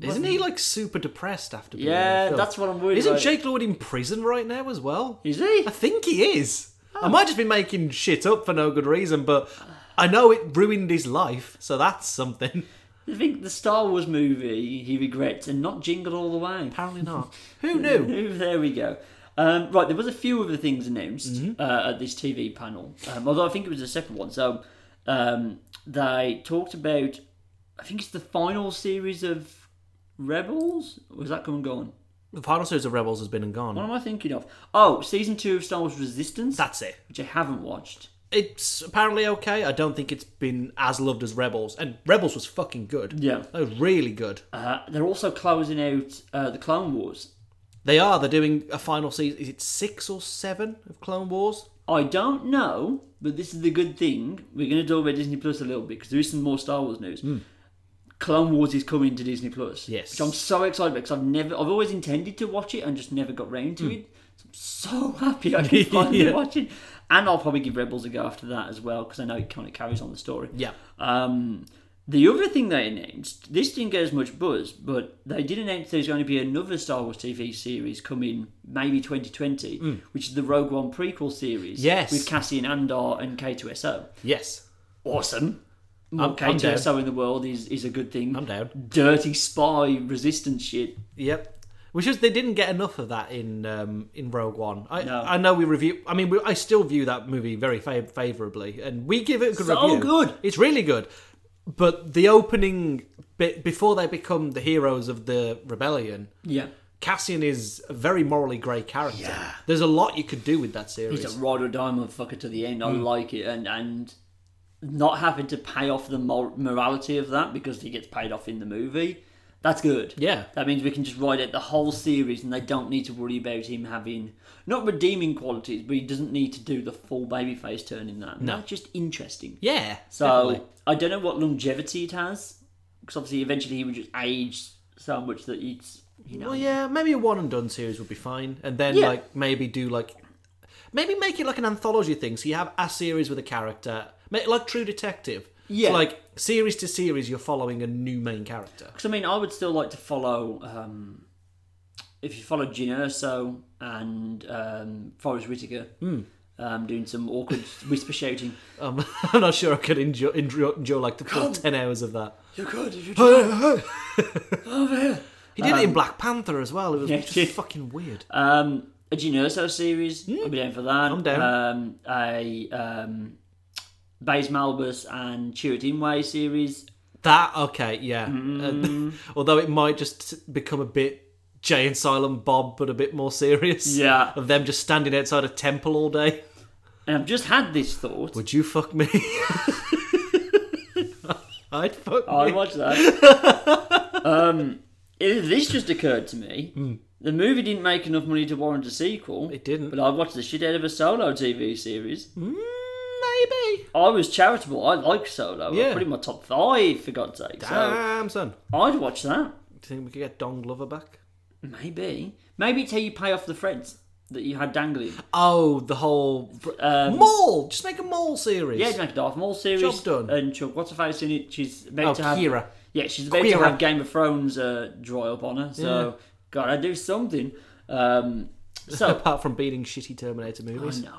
Speaker 1: Isn't he like super depressed after being in the
Speaker 2: Yeah,
Speaker 1: film?
Speaker 2: that's what I'm worried
Speaker 1: Isn't
Speaker 2: about.
Speaker 1: Jake Lloyd in prison right now as well?
Speaker 2: Is he? Oh.
Speaker 1: I think he is. I might just be making shit up for no good reason, but I know it ruined his life, so that's something. *laughs*
Speaker 2: I think the Star Wars movie he regrets and not jingled all the way.
Speaker 1: Apparently not. Who knew?
Speaker 2: *laughs* there we go. Um, right, there was a few other things announced
Speaker 1: Mm-hmm.
Speaker 2: uh, at this TV panel, um, although I think it was a separate one. So um, they talked about, I think it's the final series of Rebels. Was that come and gone?
Speaker 1: The final series of Rebels has been and
Speaker 2: What
Speaker 1: gone.
Speaker 2: am I thinking of? Oh, season two of Star Wars Resistance,
Speaker 1: That's it.
Speaker 2: which I haven't watched.
Speaker 1: It's apparently okay. I don't think it's been as loved as Rebels, and Rebels was fucking good.
Speaker 2: Yeah,
Speaker 1: That was really good.
Speaker 2: uh, they're also closing out uh, the Clone Wars.
Speaker 1: They are. They're doing a final season. Is it six or seven of Clone Wars?
Speaker 2: I don't know, but this is the good thing. We're going to talk about Disney Plus a little bit because there is some more Star Wars news. Clone Wars is coming to Disney Plus.
Speaker 1: Yes.
Speaker 2: which I'm so excited about because I've never, I've always intended to watch it and just never got round to it. So I'm so *laughs* happy I can finally
Speaker 1: Yeah.
Speaker 2: watch it, and I'll probably give Rebels a go after that as well because I know it kind of carries on the story.
Speaker 1: Yeah.
Speaker 2: Um, the other thing they announced, this didn't get as much buzz, but they did announce there's going to be another Star Wars TV series coming maybe 2020, which is the Rogue One prequel series.
Speaker 1: Hmm. Yes.
Speaker 2: With Cassian Andor and K2SO.
Speaker 1: Yes.
Speaker 2: Awesome. More
Speaker 1: I'm
Speaker 2: K2SO in the world is, is a good thing.
Speaker 1: I'm down.
Speaker 2: Dirty spy resistance shit.
Speaker 1: Yep. Which is they didn't get enough of that in um, in Rogue One. I,
Speaker 2: No.
Speaker 1: I know we review. I mean, we, I still view that movie very fav- favorably, and we give it a good
Speaker 2: So
Speaker 1: review.
Speaker 2: good.
Speaker 1: It's really good. But the opening bit before they become the heroes of the rebellion,
Speaker 2: Yeah.
Speaker 1: Cassian is a very morally grey character. There's a lot you could do with that series.
Speaker 2: It's a ride or die motherfucker to the end.
Speaker 1: Hmm.
Speaker 2: I like it, and and not having to pay off the mor- morality of that because he gets paid off in the movie. That's good.
Speaker 1: Yeah.
Speaker 2: that means we can just ride out the whole series, and they don't need to worry about him having not redeeming qualities, but he doesn't need to do the full babyface turn in that. No, that's just interesting.
Speaker 1: yeah.
Speaker 2: So
Speaker 1: definitely.
Speaker 2: I don't know what longevity it has, because obviously eventually he would just age so much that it's you know
Speaker 1: Well, yeah, maybe a one and done series would be fine, and then
Speaker 2: Yeah.
Speaker 1: like maybe do like maybe make it like an anthology thing. So you have a series with a character, ma- like True Detective.
Speaker 2: Yeah.
Speaker 1: So, like series to series, you're following a new main character.
Speaker 2: Because I mean, I would still like to follow. Um, if you follow Gin Erso and um, Forrest Whitaker um, doing some awkward whisper shouting,
Speaker 1: Um, *laughs* I'm not sure I could enjoy, enjoy, enjoy like the full ten hours of
Speaker 2: *laughs*
Speaker 1: that.
Speaker 2: you're good. If you
Speaker 1: He did it in Black Panther as well. It was
Speaker 2: Um, Yeah, he
Speaker 1: just
Speaker 2: did.
Speaker 1: fucking weird.
Speaker 2: um, a Gin Erso series, I'll be down for that.
Speaker 1: Hmm. I'm down.
Speaker 2: Um, a um, Baze Malbus and Chirrut Inway series.
Speaker 1: That okay, yeah.
Speaker 2: Mm.
Speaker 1: Uh, *laughs* although it might just become a bit. Jay and Silent Bob, but a bit more serious.
Speaker 2: Yeah.
Speaker 1: Of them just standing outside a temple all day.
Speaker 2: And I've just had this thought.
Speaker 1: Would you fuck me? *laughs* I'd fuck
Speaker 2: I
Speaker 1: me.
Speaker 2: watched that.
Speaker 1: *laughs*
Speaker 2: um, it- this just occurred to me. The movie didn't make enough money to warrant a sequel.
Speaker 1: Hmm. It didn't.
Speaker 2: But I watched the shit out of a solo TV series.
Speaker 1: Mm, maybe.
Speaker 2: I was charitable. I like solo. I
Speaker 1: Yeah.
Speaker 2: put it in my top five, for God's sake.
Speaker 1: Damn, son.
Speaker 2: So I'd watch that.
Speaker 1: Do you think we could get Don Glover back?
Speaker 2: Maybe. Maybe it's how you pay off the friends. that you had dangling.
Speaker 1: Oh, the whole
Speaker 2: Um,
Speaker 1: mole. Just make a mole series.
Speaker 2: yeah, Jack Darth Maul series.
Speaker 1: Job done.
Speaker 2: And Chuck, what's her face in it? She's
Speaker 1: Oh,
Speaker 2: about to have.
Speaker 1: Kira.
Speaker 2: Yeah, she's about to
Speaker 1: Queer.
Speaker 2: have Game of Thrones uh, draw up on her. So gotta do something. Um,
Speaker 1: *laughs*
Speaker 2: so
Speaker 1: Apart from beating shitty Terminator
Speaker 2: I
Speaker 1: movies.
Speaker 2: know.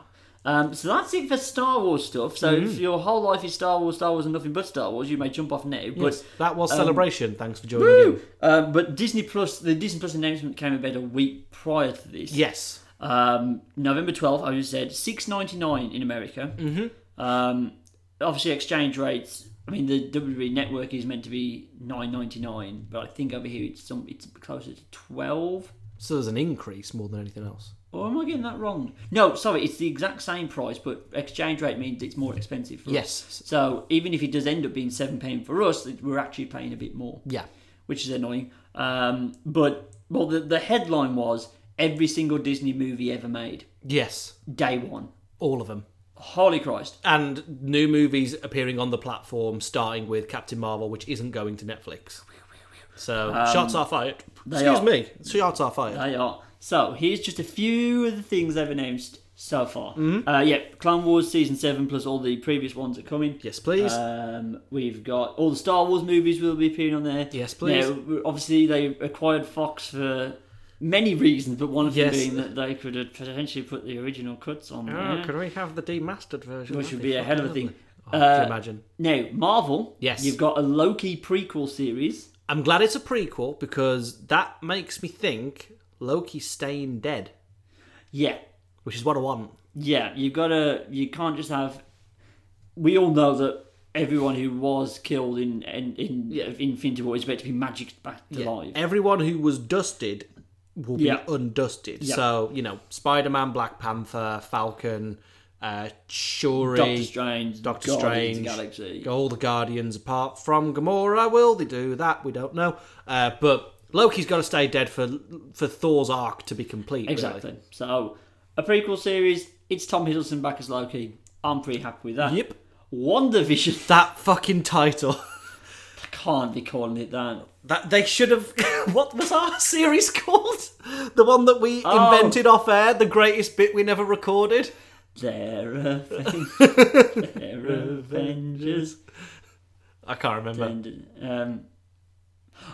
Speaker 2: Um, so that's it for Star Wars stuff. So
Speaker 1: Mm.
Speaker 2: if your whole life is Star Wars, Star Wars, and nothing but Star Wars, you may jump off now. But
Speaker 1: Yes, that was
Speaker 2: um,
Speaker 1: celebration. Thanks for joining in.
Speaker 2: Um, but Disney Plus, the Disney Plus announcement came about a week prior to this.
Speaker 1: Yes.
Speaker 2: Um, November 12th, I just said, six ninety nine in America. Mm-hmm. Um, obviously, exchange rates. I mean, the WWE network is meant to be nine ninety nine, but I think over here it's some it's closer to twelve.
Speaker 1: So there's an increase more than anything else.
Speaker 2: Or am I getting that wrong? No, sorry, it's the exact same price, but exchange rate means it's more expensive for us.
Speaker 1: Yes.
Speaker 2: So even if it does end up being seven pound for us, it- we're actually paying a bit more.
Speaker 1: Yeah.
Speaker 2: which is annoying. Um, but well, the, the headline was every single Disney movie ever made,
Speaker 1: Yes.
Speaker 2: day one.
Speaker 1: All of them.
Speaker 2: Holy Christ!
Speaker 1: And new movies appearing on the platform, starting with Captain Marvel, which isn't going to Netflix. So shots are fired.
Speaker 2: Um, they
Speaker 1: Excuse
Speaker 2: are. Uh,
Speaker 1: me. Shots are fired.
Speaker 2: They are. So here's just a few of the things they've announced so far.
Speaker 1: Mm-hmm.
Speaker 2: Uh, yeah, Clone Wars season seven plus all the previous ones are coming.
Speaker 1: yes, please.
Speaker 2: Um, we've got all the Star Wars movies will be appearing on there.
Speaker 1: Yes, please.
Speaker 2: Now, obviously, they acquired Fox for many reasons, but one of
Speaker 1: Yes. Oh,
Speaker 2: them being that they could have potentially put the original cuts on there,
Speaker 1: can we have the demastered version? Oh,
Speaker 2: which would be a hell of a thing.
Speaker 1: can
Speaker 2: Uh,
Speaker 1: you imagine?
Speaker 2: Now, Marvel.
Speaker 1: Yes.
Speaker 2: You've got a Loki prequel series.
Speaker 1: I'm glad it's a prequel because that makes me think Loki staying dead,
Speaker 2: Yeah.
Speaker 1: which is what I want.
Speaker 2: Yeah. You've got to. You can't just have. We all know that everyone who was killed in in, in Infinity War is about to be magicked back to life.
Speaker 1: Everyone who was dusted will be
Speaker 2: Yeah.
Speaker 1: undusted. So, you know, Spider Man, Black Panther, Falcon, uh, Shuri,
Speaker 2: Doctor Strange.
Speaker 1: Doctor
Speaker 2: Guardians of
Speaker 1: Strange,
Speaker 2: the Galaxy.
Speaker 1: all the Guardians apart from Gamora. Will they do that? We don't know. Uh, but Loki's got to stay dead for for Thor's arc to be complete. really.
Speaker 2: Exactly. So, a prequel series. It's Tom Hiddleston back as Loki. I'm pretty happy with that.
Speaker 1: Yep.
Speaker 2: Wonder Vision *laughs*
Speaker 1: That fucking title. *laughs*
Speaker 2: can't be calling it that.
Speaker 1: That they should have. *laughs* what was our series called? The one that we
Speaker 2: Oh.
Speaker 1: invented off air. The greatest bit we never recorded.
Speaker 2: They're
Speaker 1: *laughs*
Speaker 2: Avengers. They're Avengers.
Speaker 1: I can't remember.
Speaker 2: And, um,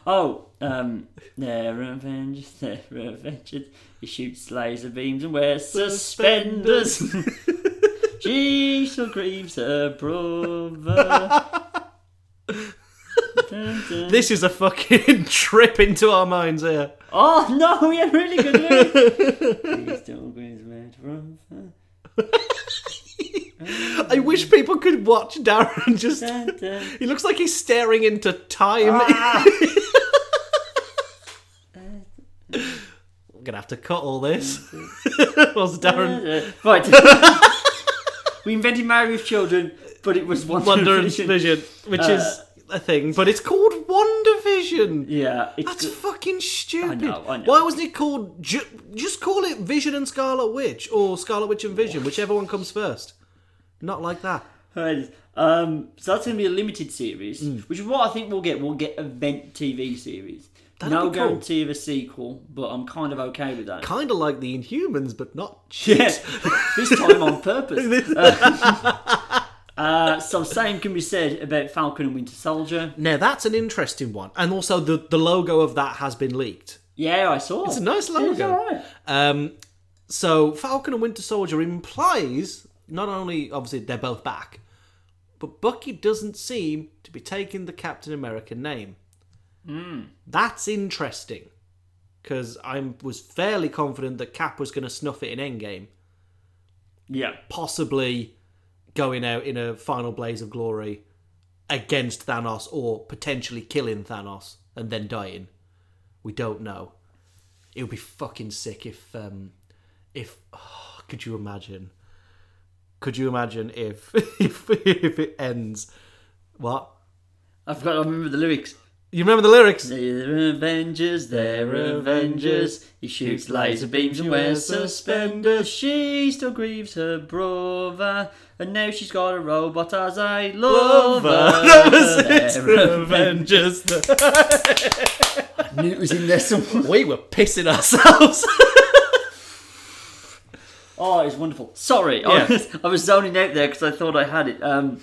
Speaker 2: oh, um, they're Avengers, they're Avengers. You shoot laser beams and wear suspenders. she still grieves her brother. Dun, dun.
Speaker 1: This is a fucking *laughs* trip into our minds here.
Speaker 2: Oh no, we had really good lyrics. she still grieves her brother.
Speaker 1: I wish people could watch Darren *laughs* just.
Speaker 2: Dun, dun.
Speaker 1: He looks like he's staring into time.
Speaker 2: Ah.
Speaker 1: We're *laughs* gonna have to cut all
Speaker 2: *laughs*
Speaker 1: this. was
Speaker 2: Uh.
Speaker 1: Darren
Speaker 2: Right.
Speaker 1: *laughs*
Speaker 2: we invented Married with Children, but it was Wonder,
Speaker 1: Wonder
Speaker 2: *laughs*
Speaker 1: and
Speaker 2: Vision.
Speaker 1: Vision, which is
Speaker 2: Uh.
Speaker 1: a thing, but it's called Wonder Vision.
Speaker 2: Yeah, it's
Speaker 1: That's
Speaker 2: good.
Speaker 1: fucking stupid.
Speaker 2: I know, I know.
Speaker 1: Why wasn't it called ju- just call it Vision and Scarlet Witch or Scarlet Witch and Vision, whichever one comes first? Not like that.
Speaker 2: Right. Um, so that's going to be a limited series,
Speaker 1: Mm.
Speaker 2: which is what I think we'll get. We'll get event TV series.
Speaker 1: That'd
Speaker 2: no
Speaker 1: be cool.
Speaker 2: guarantee of a sequel, but I'm kind of okay with that.
Speaker 1: Kind of like the Inhumans, but not shit.
Speaker 2: Yes, *laughs* this time on purpose.
Speaker 1: *laughs*
Speaker 2: Uh, uh, so same can be said about Falcon and Winter Soldier.
Speaker 1: Now that's an interesting one, and also the the logo of that has been leaked.
Speaker 2: Yeah, I saw.
Speaker 1: It's a nice
Speaker 2: It was
Speaker 1: logo.
Speaker 2: all right.
Speaker 1: Um, so Falcon and Winter Soldier implies not only obviously they're both back, but Bucky doesn't seem to be taking the Captain America name. That's interesting because I was fairly confident that Cap was going to snuff it in Endgame,
Speaker 2: Yeah,
Speaker 1: possibly going out in a final blaze of glory against Thanos or potentially killing Thanos and then dying. We don't know. It would be fucking sick if um if *sighs* oh, could you imagine? Could you imagine if *laughs* if if it ends what?
Speaker 2: I forgot. I remember the lyrics.
Speaker 1: You remember the lyrics?
Speaker 2: They're Avengers, they're Avengers. He shoots laser beams and wears suspenders. She still grieves her brother, and now she's got a robot as a
Speaker 1: *laughs*
Speaker 2: lover.
Speaker 1: That was it.
Speaker 2: They're
Speaker 1: *laughs* Avengers. *laughs*
Speaker 2: Avengers. It was in there somewhere.
Speaker 1: we were pissing ourselves.
Speaker 2: Oh, it's wonderful. Sorry, I,
Speaker 1: Yeah.
Speaker 2: was, I was zoning out there because I thought I had it. Um,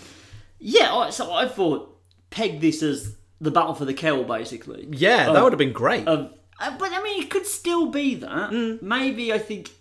Speaker 2: yeah, I, so I thought peg this as the battle for the Kell, basically.
Speaker 1: *laughs* Yeah, that would have been great.
Speaker 2: Of, uh, but I mean, it could still be that. Maybe I think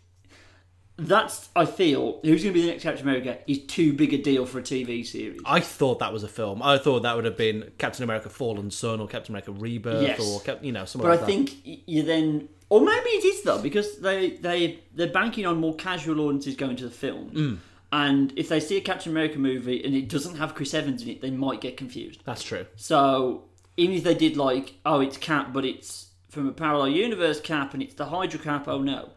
Speaker 2: that's I feel who's going to be the next Captain America is too big a deal for a TV series.
Speaker 1: I thought that was a film. I thought that would have been Captain America: Fallen Son or Captain America: Rebirth
Speaker 2: Yes.
Speaker 1: or Cap- you know something
Speaker 2: But
Speaker 1: like
Speaker 2: I
Speaker 1: that.
Speaker 2: think y- you then, or maybe it is though, because they they they're banking on more casual audiences going to the film. And if they see a Captain America movie and it doesn't have Chris Evans in it, they might get confused.
Speaker 1: that's true.
Speaker 2: So even if they did like, oh, it's Cap, but it's from a parallel universe Cap, and it's the Hydra Cap. Oh no,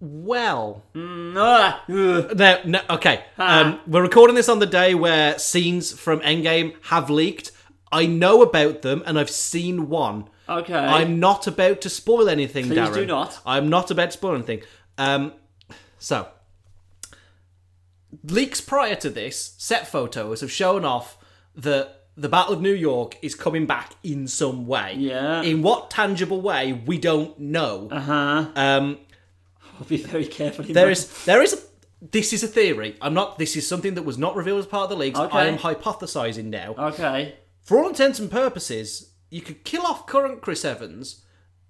Speaker 1: Well,
Speaker 2: Ah, ugh.
Speaker 1: no, no, okay. Um, we're recording this on the day where scenes from Endgame have leaked. I know about them, and I've seen one.
Speaker 2: *laughs* okay.
Speaker 1: I'm not about to spoil anything,
Speaker 2: Please
Speaker 1: Darren.
Speaker 2: do not.
Speaker 1: I'm not about to spoil anything. Um, so, leaks prior to this, set photos have shown off that the Battle of New York is coming back in some way.
Speaker 2: Yeah.
Speaker 1: In what tangible way, we don't know.
Speaker 2: uh-huh.
Speaker 1: Um,
Speaker 2: I'll *laughs* be very careful. in
Speaker 1: there
Speaker 2: my-
Speaker 1: is there is a this is a theory. I'm not. This is something that was not revealed as part of the leaks.
Speaker 2: Okay.
Speaker 1: I am hypothesizing now.
Speaker 2: okay.
Speaker 1: For all intents and purposes, you could kill off current Chris Evans,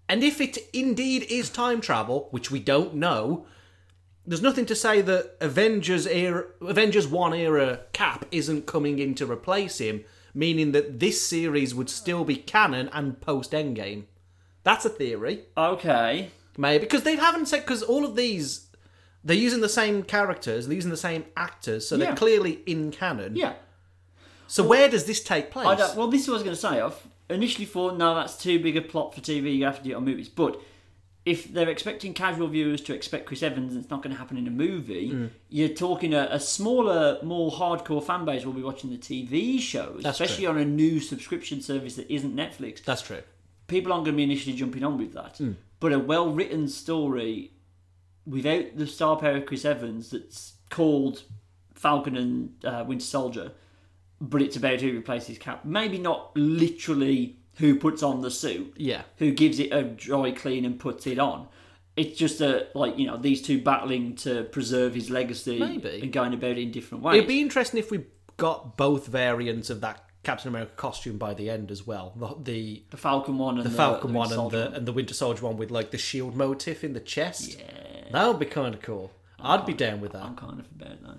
Speaker 1: and if it indeed is time travel, which we don't know, there's nothing to say that Avengers era, Avengers One era Cap isn't coming in to replace him, meaning that this series would still be canon and post Endgame. That's a theory.
Speaker 2: Okay.
Speaker 1: Maybe because they haven't said because all of these they're using the same characters, they're using the same actors, so
Speaker 2: Yeah.
Speaker 1: they're clearly in canon.
Speaker 2: Yeah.
Speaker 1: So where does this take place?
Speaker 2: I don't, well, this is what I was going to say. I've initially thought, no, that's too big a plot for TV. You have to do it on movies. But if they're expecting casual viewers to expect Chris Evans, and it's not going to happen in a movie.
Speaker 1: Mm.
Speaker 2: You're talking a, a smaller, more hardcore fan base will be watching the TV shows,
Speaker 1: That's
Speaker 2: especially on a new subscription service that isn't Netflix.
Speaker 1: That's true.
Speaker 2: people aren't going to be initially jumping on with that.
Speaker 1: Hmm.
Speaker 2: But a well written story without the star power of Chris Evans that's called Falcon and uh, Winter Soldier, but it's about who replaces Cap. Maybe not literally who puts on the suit,
Speaker 1: Yeah.
Speaker 2: who gives it a dry clean and puts it on. It's just a like you know these two battling to preserve his legacy
Speaker 1: Maybe.
Speaker 2: and going about it in different
Speaker 1: It'd
Speaker 2: ways.
Speaker 1: be interesting if we got both variants of that Captain America costume by the end as well. The the,
Speaker 2: the Falcon one and the,
Speaker 1: Falcon
Speaker 2: Winter
Speaker 1: one and
Speaker 2: Soldier
Speaker 1: the and the Winter Soldier one with like the shield motif in the chest. Yeah. That would be kind of cool. I'd be down with that.
Speaker 2: I'm kind of about that.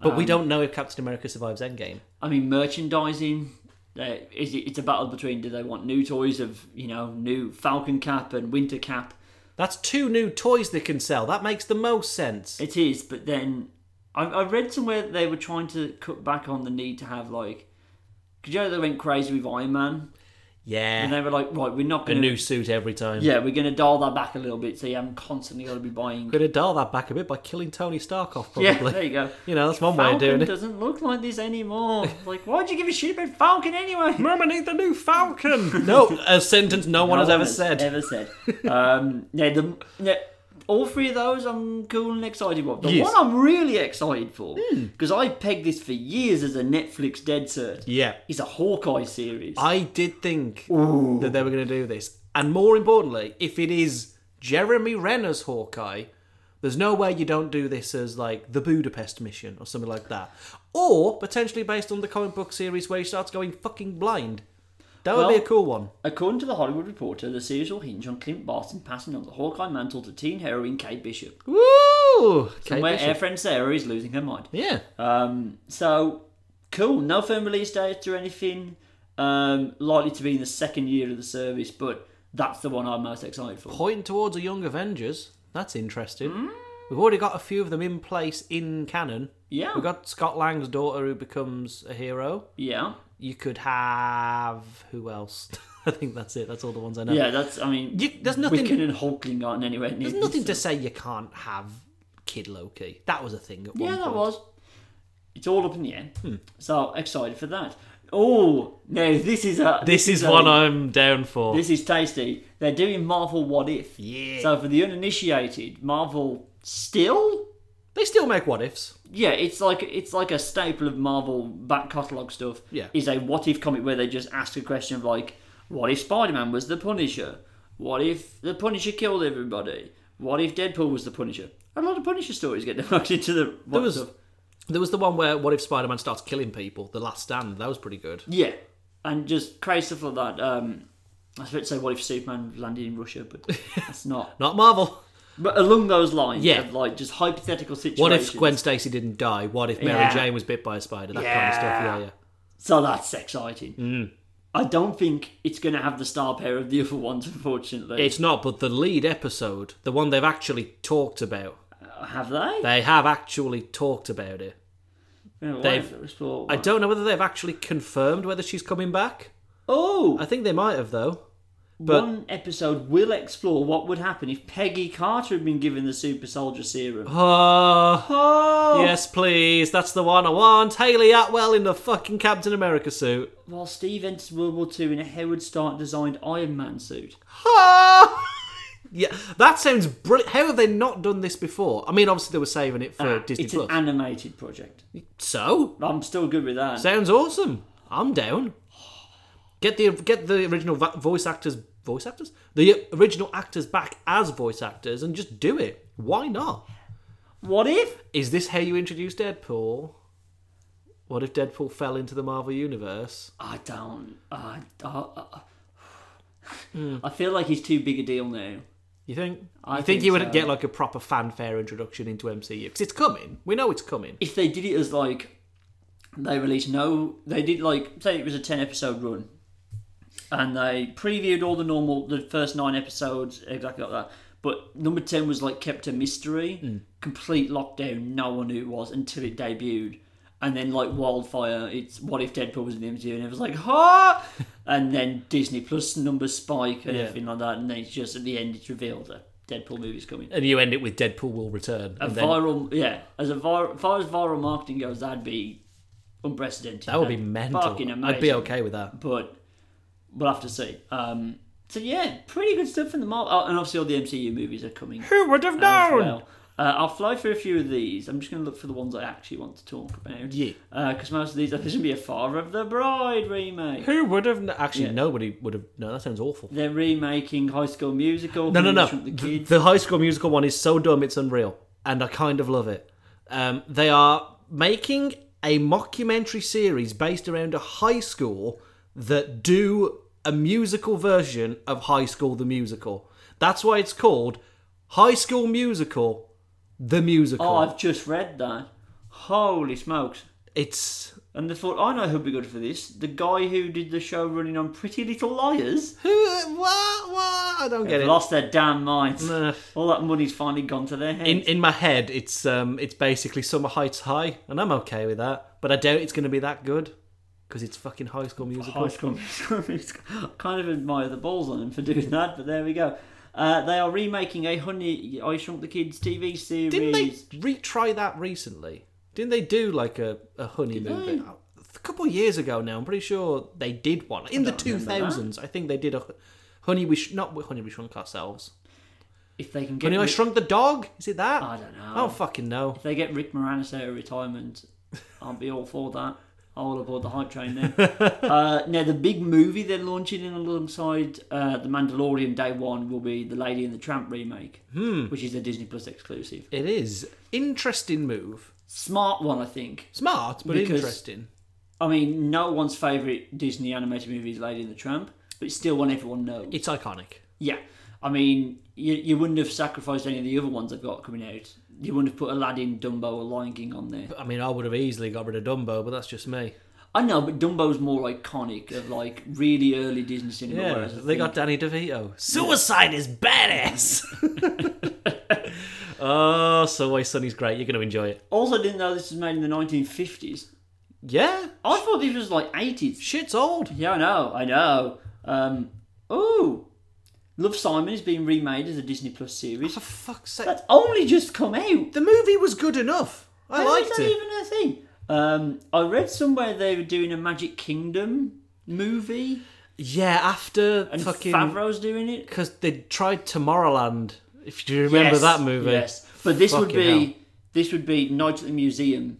Speaker 1: But
Speaker 2: um,
Speaker 1: we don't know if Captain America survives Endgame.
Speaker 2: I mean, merchandising. Uh, is it, it's a battle between do they want new toys of you know new Falcon cap and Winter cap?
Speaker 1: That's two new toys they can sell. That makes the most sense.
Speaker 2: It is, but then I, I read somewhere that they were trying to cut back on the need to have like. Because you know they went crazy with Iron Man,
Speaker 1: yeah.
Speaker 2: and they were like, right, we're not
Speaker 1: A
Speaker 2: going
Speaker 1: new
Speaker 2: to.
Speaker 1: suit every time.
Speaker 2: Yeah, we're going to dial that back a little bit, so you haven't constantly got to be buying.
Speaker 1: Could have dialed that back a bit by killing Tony Stark off, probably.
Speaker 2: *laughs*
Speaker 1: *laughs*
Speaker 2: Yeah, there you go.
Speaker 1: You know, that's one way of
Speaker 2: Falcon
Speaker 1: doing it.
Speaker 2: doesn't look like this anymore. like, why'd you give a shit about Falcon anyway?
Speaker 1: Mama need the new
Speaker 2: *laughs*
Speaker 1: Falcon. no, a sentence no one has
Speaker 2: No
Speaker 1: ever
Speaker 2: one has
Speaker 1: said.
Speaker 2: Ever said. um, yeah, the, yeah, all three of those I'm cool and excited about. The
Speaker 1: Yes. Hmm.
Speaker 2: one I'm really excited for, because I pegged this for years as a Netflix dead cert,
Speaker 1: Yeah.
Speaker 2: is a Hawkeye series.
Speaker 1: I did think that they were going to do this. And more importantly, if it is Jeremy Renner's Hawkeye, there's no way you don't do this as like the Budapest mission or something like that. Or potentially based on the comic book series where he starts going fucking blind. That would be
Speaker 2: Well-
Speaker 1: a cool one.
Speaker 2: According to the Hollywood Reporter, the series will hinge on Clint Barton passing on the Hawkeye mantle to teen heroine Kate Bishop,
Speaker 1: Woo! Kate
Speaker 2: where
Speaker 1: Bishop.
Speaker 2: our friend Sarah is losing her mind.
Speaker 1: Yeah.
Speaker 2: Um, so cool. No firm release date or anything. Um, likely to be in the second year of the service, but that's the one I'm most excited for.
Speaker 1: pointing towards a young Avengers. That's interesting. We've already got a few of them in place in canon.
Speaker 2: Yeah.
Speaker 1: We've got Scott Lang's daughter who becomes a hero.
Speaker 2: Yeah.
Speaker 1: You could have who else? *laughs* I think that's it. That's all the ones I know.
Speaker 2: Yeah, that's. I mean,
Speaker 1: Uh, You- there's nothing-
Speaker 2: Wiccan and Hulkling aren't anywhere near.
Speaker 1: There's nothing to say you can't have Kid Loki. That was Hmm. a thing at one
Speaker 2: Yeah,
Speaker 1: point.
Speaker 2: that was. It's all up in the air. So excited for that. Oh, now this is a.
Speaker 1: This is
Speaker 2: a-
Speaker 1: one I'm down for.
Speaker 2: This is tasty. They're doing Marvel What If.
Speaker 1: Yeah.
Speaker 2: So for the uninitiated, Marvel still.
Speaker 1: They still make what ifs.
Speaker 2: Yeah, it's like it's like a staple of Marvel back catalogue stuff.
Speaker 1: Yeah.
Speaker 2: is a what if comic where they just ask a question of like, what if Spider Man was the Punisher? What if the Punisher killed everybody? What if Deadpool was the Punisher? A lot of Punisher stories get *laughs* knocked into the. There
Speaker 1: was- There was the one where what if Spider Man starts killing people? The Last Stand. That was pretty good.
Speaker 2: Yeah, and just crazy stuff like that. Um, I was about to say, what if Superman landed in Russia, but
Speaker 1: *laughs*
Speaker 2: that's not.
Speaker 1: Not Marvel.
Speaker 2: But along those lines,
Speaker 1: Yeah.
Speaker 2: of, like just hypothetical situations.
Speaker 1: What if Gwen Stacy didn't die? What if Mary
Speaker 2: Yeah.
Speaker 1: Jane was bit by a spider? That kind of
Speaker 2: Yeah.
Speaker 1: stuff. Yeah, yeah.
Speaker 2: So that's exciting.
Speaker 1: Mm.
Speaker 2: I don't think it's going to have the star pair of the other ones, unfortunately.
Speaker 1: It's not, but the lead episode, the one they've actually talked about,
Speaker 2: have they?
Speaker 1: they have actually talked about it.
Speaker 2: Yeah, what
Speaker 1: they've-
Speaker 2: if it was for-
Speaker 1: I don't know whether they've actually confirmed whether she's coming back.
Speaker 2: Oh,
Speaker 1: I think they might have though. but-
Speaker 2: one episode will explore what would happen if Peggy Carter had been given the super soldier serum.
Speaker 1: Oh,
Speaker 2: Oh,
Speaker 1: yes, please. That's the one I want. Haley Atwell in the fucking Captain America suit.
Speaker 2: While Steve enters World War II in a Howard Stark designed Iron Man suit.
Speaker 1: Ah! *laughs* yeah, that sounds brilliant. How have they not done this before? I mean, obviously they were saving it for Disney
Speaker 2: it's
Speaker 1: Plus.
Speaker 2: Uh, an animated project.
Speaker 1: so
Speaker 2: I'm still good with that.
Speaker 1: sounds awesome. I'm down. Get the get the original va- voice actors, voice actors, the original actors back as voice actors, and just do it. Why not?
Speaker 2: what if?
Speaker 1: Is this how you introduce Deadpool? What if Deadpool fell into the Marvel universe?
Speaker 2: I don't. I, I, I, *sighs*
Speaker 1: Hmm.
Speaker 2: I feel like he's too big a deal now.
Speaker 1: You think?
Speaker 2: I
Speaker 1: I think,
Speaker 2: think
Speaker 1: you would
Speaker 2: so.
Speaker 1: get like a proper fanfare introduction into MCU because it's coming. We know it's coming.
Speaker 2: If they did it as like they released no, they did like say it was a ten episode run, and they previewed all the normal the first nine episodes exactly like that. But number ten was like kept a mystery, complete lockdown. No one knew it was until it debuted. And then, like wildfire, it's what if Deadpool was in the MCU, and it was like, ha! and then Disney Plus number spike and
Speaker 1: Yeah.
Speaker 2: everything like that, and then it's just at the end, it's revealed that Deadpool movie's coming.
Speaker 1: And you end it with Deadpool will return.
Speaker 2: A
Speaker 1: and then
Speaker 2: viral, yeah. As a vir- as far as viral marketing goes, that'd be unprecedented.
Speaker 1: that would be
Speaker 2: That'd
Speaker 1: mental.
Speaker 2: Fucking amazing.
Speaker 1: I'd be okay with that.
Speaker 2: But we'll have to see. Um, so yeah, pretty good stuff from the Marvel, oh, and obviously all the MCU movies are coming. as
Speaker 1: Who would have known?
Speaker 2: well. Uh, I'll fly through a few of these. I'm just going to look for the ones I actually want to talk about.
Speaker 1: Yeah.
Speaker 2: Because most of these, there's going to be a Father of the Bride remake.
Speaker 1: Who would have? Kn- Actually,
Speaker 2: Yeah.
Speaker 1: nobody would have. No, that sounds awful.
Speaker 2: They're remaking High School Musical.
Speaker 1: No, no, no.
Speaker 2: from The
Speaker 1: The,
Speaker 2: kids.
Speaker 1: the High School Musical one is so dumb, it's unreal, and I kind of love it. Um, they are making a mockumentary series based around a high school that do a musical version of High School the Musical. That's why it's called High School Musical the Musical.
Speaker 2: oh, I've just read that. Holy smokes.
Speaker 1: It's *laughs*
Speaker 2: And they thought, I know who'd be good for this. The guy who did the show running on Pretty Little Liars.
Speaker 1: who? What? What? I don't get
Speaker 2: They
Speaker 1: it. Uh,
Speaker 2: lost their damn minds.
Speaker 1: Ugh.
Speaker 2: All that money's finally gone to their heads.
Speaker 1: in in my head, it's um, it's basically Summer Heights High, and I'm okay with that. But I doubt it's going to be that good because it's fucking High School Musical.
Speaker 2: High School *laughs* Musical. kind of admire the balls on them for doing that, but there we go. Uh, they are remaking a Honey I Shrunk the Kids TV series.
Speaker 1: Didn't they retry that recently? Didn't they do like a, a honey movie? A couple of years ago now, I'm pretty sure they did one in the
Speaker 2: don't remember that.
Speaker 1: 2000s. I think they did a h- honey we sh- not honey we shrunk ourselves.
Speaker 2: If they can get,
Speaker 1: Honey I
Speaker 2: Rick,
Speaker 1: shrunk the dog. Is it that?
Speaker 2: I don't know.
Speaker 1: I don't fucking know.
Speaker 2: If they get Rick Moranis out of retirement, I'll be all for that. I'll aboard the hype train then. uh, now, the big movie they're launching in alongside uh, The Mandalorian Day One will be The Lady and the Tramp remake, which is a Disney Plus exclusive.
Speaker 1: It is interesting move.
Speaker 2: Smart one, I think.
Speaker 1: Smart, but
Speaker 2: Because-
Speaker 1: interesting.
Speaker 2: I mean, no one's favourite Disney animated movie is Lady and the Tramp, but it's still one everyone knows.
Speaker 1: It's iconic.
Speaker 2: Yeah. I mean, you, you wouldn't have sacrificed any of the other ones I've got coming out. You wouldn't have put Aladdin, Dumbo, or Lion King on there.
Speaker 1: I mean, I would have easily got rid of Dumbo, but that's just me.
Speaker 2: I know, but Dumbo's more iconic of like really early Disney cinema.
Speaker 1: Yeah,
Speaker 2: whereas I
Speaker 1: they
Speaker 2: think-
Speaker 1: got Danny DeVito. Suicide is badass. *laughs* oh, so why Sonny's great. You're going to enjoy it.
Speaker 2: Also, didn't know this was made in the 1950s.
Speaker 1: Yeah,
Speaker 2: I thought this was like 80s.
Speaker 1: shit's old.
Speaker 2: Yeah, I know, I know. Um, oh, Love Simon is being remade as a Disney Plus series.
Speaker 1: For fuck's sake,
Speaker 2: That's only just come out.
Speaker 1: the movie was good enough. I
Speaker 2: How is
Speaker 1: liked
Speaker 2: that
Speaker 1: it.
Speaker 2: even a thing? Um, I read somewhere they were doing a Magic Kingdom movie,
Speaker 1: Yeah, after
Speaker 2: and
Speaker 1: fucking
Speaker 2: Favreau's doing it.
Speaker 1: because they tried Tomorrowland. If you remember
Speaker 2: Yes,
Speaker 1: that movie.
Speaker 2: Yes, but this would
Speaker 1: Fucking
Speaker 2: be
Speaker 1: hell.
Speaker 2: this would be Night at the Museum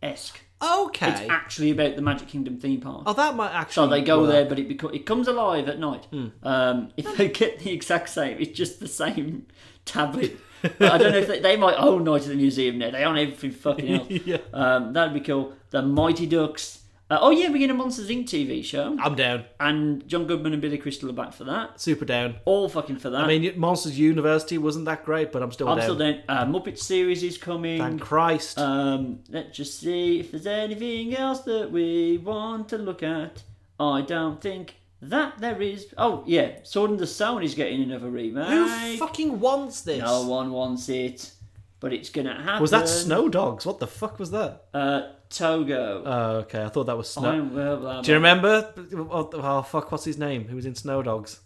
Speaker 2: esque. It's
Speaker 1: Okay.
Speaker 2: actually about the Magic Kingdom theme park.
Speaker 1: oh, that might
Speaker 2: So
Speaker 1: actually.
Speaker 2: they go
Speaker 1: work.
Speaker 2: there, but it
Speaker 1: Hmm.
Speaker 2: *laughs* beco- it comes alive at night. Um, if they get the exact same, *laughs* it's just the same tablet. But I don't know if they, they might own Night at the Museum now. They own everything fucking else.
Speaker 1: *laughs* Yeah.
Speaker 2: um, that'd be cool. The Mighty Ducks. Uh, oh yeah, we're getting a Monsters Inc. TV show,
Speaker 1: I'm down.
Speaker 2: and John Goodman and Billy Crystal are back for that.
Speaker 1: Super down.
Speaker 2: All fucking for that.
Speaker 1: I mean, Monsters University wasn't that great, but I'm still
Speaker 2: I'm
Speaker 1: down.
Speaker 2: still down. Uh, Muppet series is coming.
Speaker 1: Thank Christ.
Speaker 2: Um, let's just see if there's anything else that we want to look at. I don't think that there is. Oh yeah, Sword in the Stone is getting another remake.
Speaker 1: Who fucking wants this?
Speaker 2: no one wants it, but it's gonna happen.
Speaker 1: was that Snow Dogs? What the fuck was that?
Speaker 2: Uh, Togo.
Speaker 1: Oh, okay. I thought that was Snow.
Speaker 2: I'm- well, blah,
Speaker 1: Do you
Speaker 2: blah.
Speaker 1: remember? Oh, oh, fuck, what's his name? Who was in Snow Dogs?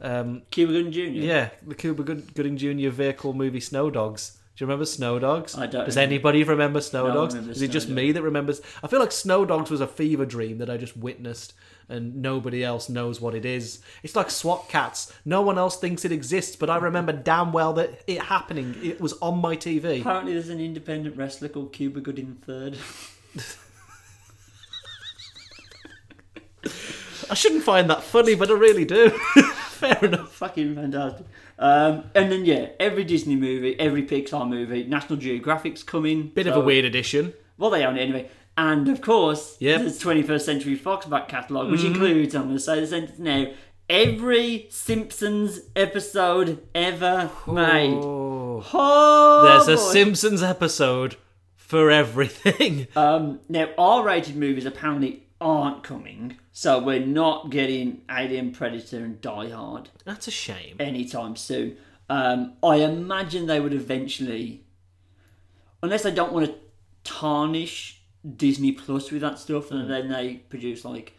Speaker 1: Um,
Speaker 2: Cuba Gooding Jr.
Speaker 1: yeah, the Cuba Good- Gooding Jr. vehicle movie Snow Dogs. Do you remember Snow Dogs?
Speaker 2: I don't
Speaker 1: Does
Speaker 2: remember.
Speaker 1: anybody remember Snow
Speaker 2: No, I
Speaker 1: Dogs?
Speaker 2: remember
Speaker 1: Is it
Speaker 2: Snow
Speaker 1: just me that remembers? I feel like Snow Dogs was a fever dream that I just witnessed, and nobody else knows what it is. It's like SWAT cats. No one else thinks it exists, but I remember damn well that it happening. It was on my TV.
Speaker 2: Apparently, there's an independent wrestler called Cuba Gooding Third. *laughs*
Speaker 1: I shouldn't find that funny, but I really do. *laughs* Fair enough.
Speaker 2: Fucking fantastic. Um, and then yeah, every Disney movie, every Pixar movie, National Geographic's coming.
Speaker 1: Bit of
Speaker 2: so-
Speaker 1: a weird addition.
Speaker 2: Well, they own it anyway. And of course,
Speaker 1: Yep. Mm-hmm.
Speaker 2: there's 21st Century Fox back catalogue, which includes, I'm going to say this sentence now, every Simpsons episode ever made.
Speaker 1: Oh.
Speaker 2: Oh,
Speaker 1: There's a
Speaker 2: boy.
Speaker 1: Simpsons episode for everything. *laughs*
Speaker 2: Um, now, R rated movies apparently aren't coming, so we're not getting Alien Predator and Die Hard
Speaker 1: That's a shame.
Speaker 2: anytime soon. Um, I imagine they would eventually, unless they don't want to tarnish Disney Plus with that stuff, and then they produce like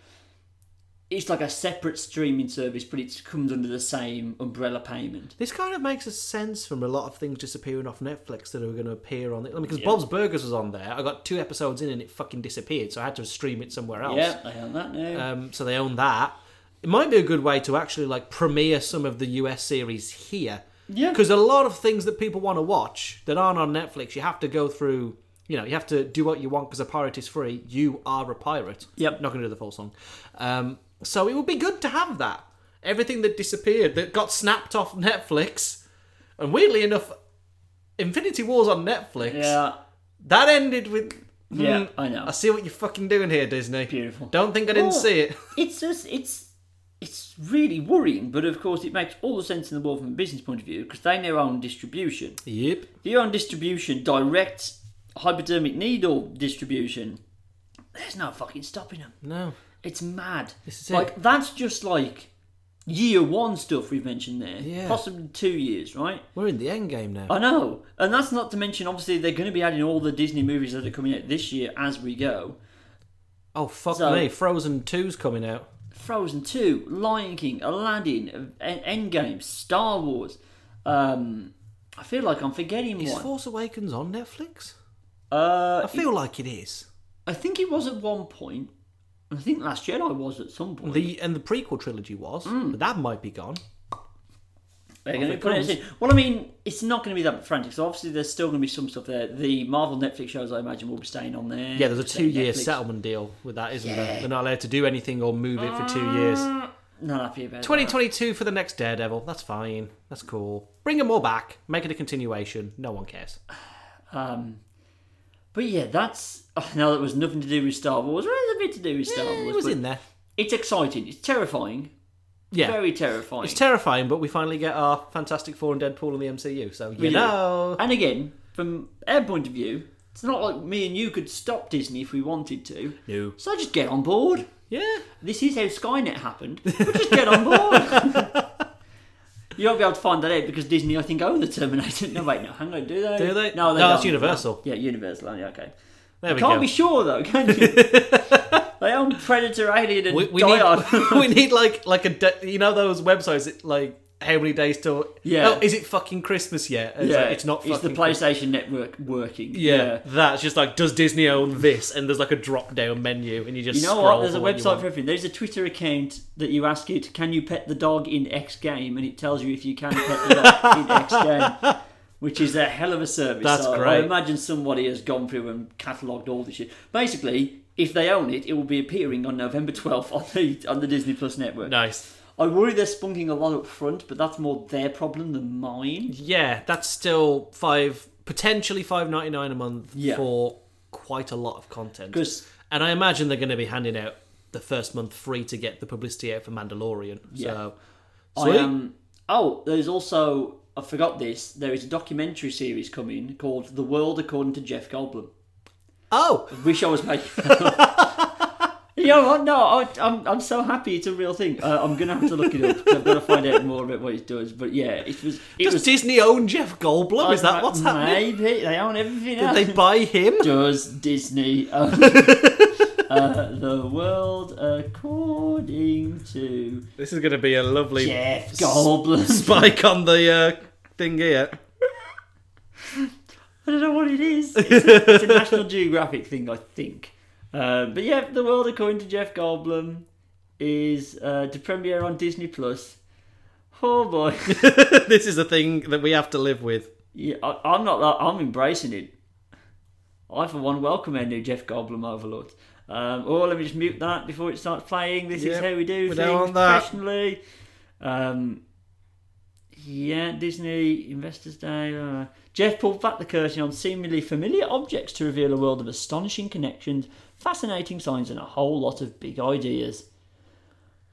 Speaker 2: it's like a separate streaming service, but it comes under the same umbrella payment.
Speaker 1: This kind of makes a sense from a lot of things disappearing off Netflix that are going to appear on it. I mean, because Bob's Burgers was on there. I got two episodes in and it fucking disappeared, so I had to stream it somewhere else.
Speaker 2: Yeah, they own that now.
Speaker 1: Um, so they own that. It might be a good way to actually like premiere some of the US series here.
Speaker 2: Yeah.
Speaker 1: Because a lot of things that people want to watch that aren't on Netflix, you have to go through. You know, you have to do what you want because a pirate is free. You are a pirate.
Speaker 2: Yep.
Speaker 1: Not going to do the full song. Um, so it would be good to have that. Everything that disappeared, that got snapped off Netflix, and weirdly enough, Infinity War's on Netflix.
Speaker 2: yeah,
Speaker 1: That ended with. hmm,
Speaker 2: Yeah, I know.
Speaker 1: I see what you're fucking doing here, Disney.
Speaker 2: Beautiful.
Speaker 1: Don't think I didn't
Speaker 2: Well,
Speaker 1: see it.
Speaker 2: it's just it's it's really worrying, but of course it makes all the sense in the world from a business point of view because they now own distribution.
Speaker 1: Yep.
Speaker 2: the own distribution, direct hypodermic needle distribution, there's no fucking stopping them.
Speaker 1: No.
Speaker 2: It's mad.
Speaker 1: This is
Speaker 2: like that's just like year one stuff we've mentioned there.
Speaker 1: Yeah.
Speaker 2: Possibly two years, right?
Speaker 1: We're in the end game now.
Speaker 2: I know. And that's not to mention obviously they're gonna be adding all the Disney movies that are coming out this year as we go.
Speaker 1: oh fuck
Speaker 2: So-
Speaker 1: me! Frozen 2's coming out.
Speaker 2: Frozen 2, Lion King, Aladdin, En- Endgame, Star Wars. Um I feel like I'm forgetting
Speaker 1: Is
Speaker 2: one.
Speaker 1: Force Awakens on Netflix?
Speaker 2: uh,
Speaker 1: I feel like it is.
Speaker 2: I think it was at one point. I think Last Jedi was at some point.
Speaker 1: The and the prequel trilogy was,
Speaker 2: Mm.
Speaker 1: but that might be gone.
Speaker 2: They're going to
Speaker 1: it
Speaker 2: put it
Speaker 1: comes.
Speaker 2: in. Well, I mean, it's not going to be that frantic. So obviously, there's still going to be some stuff there. The Marvel Netflix shows, I imagine, will be staying on there.
Speaker 1: Yeah, there's a
Speaker 2: Staying
Speaker 1: two-year
Speaker 2: Netflix.
Speaker 1: settlement deal with that, isn't there? They're not allowed to do anything or move it for two years.
Speaker 2: Mm. Not happy about. Twenty.
Speaker 1: 2022 for the next Daredevil. That's fine. That's cool. Bring them all back. Make it a continuation. No one cares.
Speaker 2: Um, but yeah, that's *laughs* oh, now that was nothing to do with Star Wars. Well, there's a bit to do with Star
Speaker 1: Eh,
Speaker 2: Wars.
Speaker 1: it was
Speaker 2: but
Speaker 1: in there.
Speaker 2: It's exciting. It's terrifying.
Speaker 1: Yeah.
Speaker 2: Very terrifying.
Speaker 1: it's terrifying, but we finally get our Fantastic Four and Deadpool in the MCU. So you
Speaker 2: do.
Speaker 1: know,
Speaker 2: and again, from our point of view, it's not like me and you could stop Disney if we wanted to.
Speaker 1: no,
Speaker 2: So just get on board.
Speaker 1: yeah,
Speaker 2: This is how Skynet happened. We'll just get on board.
Speaker 1: *laughs*
Speaker 2: you won't be able to find that out because Disney, I think, own the Terminator. No, wait, no, hang on, do they?
Speaker 1: Do they?
Speaker 2: No, they
Speaker 1: No,
Speaker 2: don't.
Speaker 1: that's Universal.
Speaker 2: Yeah, Universal. only, Okay.
Speaker 1: there we
Speaker 2: Can't
Speaker 1: go.
Speaker 2: be sure though,
Speaker 1: *laughs*
Speaker 2: can you? they own Predator, Alien, and
Speaker 1: we, we
Speaker 2: Die Hard.
Speaker 1: need we need like like a de- you know those websites that, like how many days till
Speaker 2: Yeah.
Speaker 1: oh, is it fucking Christmas yet? And *laughs* it's
Speaker 2: yeah,
Speaker 1: like, it's not. Fucking
Speaker 2: It's the
Speaker 1: Christ-
Speaker 2: PlayStation Network working.
Speaker 1: Yeah, that's just like does Disney own this? And there's like a drop down menu, and you just
Speaker 2: You know
Speaker 1: scroll
Speaker 2: what? There's a
Speaker 1: for what you
Speaker 2: website
Speaker 1: want.
Speaker 2: for everything. There's a Twitter account that you ask it, "Can you pet the dog in X game?" and it tells you if you can pet
Speaker 1: *laughs*
Speaker 2: the dog in X game, which is a hell of a service.
Speaker 1: That's
Speaker 2: So I
Speaker 1: great.
Speaker 2: imagine somebody has gone through and catalogued all this shit. Basically, if they own it, it will be appearing on November 12th on the on the Disney Plus network.
Speaker 1: nice.
Speaker 2: I worry they're spunking a lot up front, but that's more their problem than mine.
Speaker 1: Yeah, that's still five potentially five ninety nine a month
Speaker 2: Yeah.
Speaker 1: for quite a lot of content.
Speaker 2: Because
Speaker 1: And I imagine they're going to be handing out the first month free to get the publicity out for Mandalorian. So,
Speaker 2: I
Speaker 1: Sweet.
Speaker 2: am. Oh, there's also I forgot this. There is a documentary series coming called "The World According to Jeff Goldblum."
Speaker 1: oh,
Speaker 2: Wish I was making. *laughs* you know what? No, I, I'm I'm so happy it's a real thing. Uh, I'm gonna have to look it up. 'cause I've got to find out more about what it does. But yeah, it was. It
Speaker 1: does
Speaker 2: was. Uh,
Speaker 1: Disney own Jeff Goldblum? Is that what's happening?
Speaker 2: Maybe they own everything. else.
Speaker 1: Did they buy him?
Speaker 2: does Disney
Speaker 1: *laughs*
Speaker 2: own uh, the world according to
Speaker 1: This is going to be a lovely
Speaker 2: Jeff Goldblum?
Speaker 1: spike on the uh, thing here. *laughs*
Speaker 2: I don't know what it is. It's a, it's a National Geographic thing, I think. Uh, but yeah, the world according to Jeff Goldblum is uh, to premiere on Disney Plus. Oh boy,
Speaker 1: this is a thing that we have to live with.
Speaker 2: yeah, I, I'm not. that- I'm embracing it. I for one welcome our new Jeff Goldblum overlord. Um, oh, let me just mute that before it starts playing. This is
Speaker 1: Yep,
Speaker 2: how we do
Speaker 1: we
Speaker 2: things
Speaker 1: don't want that.
Speaker 2: professionally. Um, yeah, Disney Investors Day. uh, Jeff pulled back the curtain on seemingly familiar objects to reveal a world of astonishing connections, fascinating signs, and a whole lot of big ideas.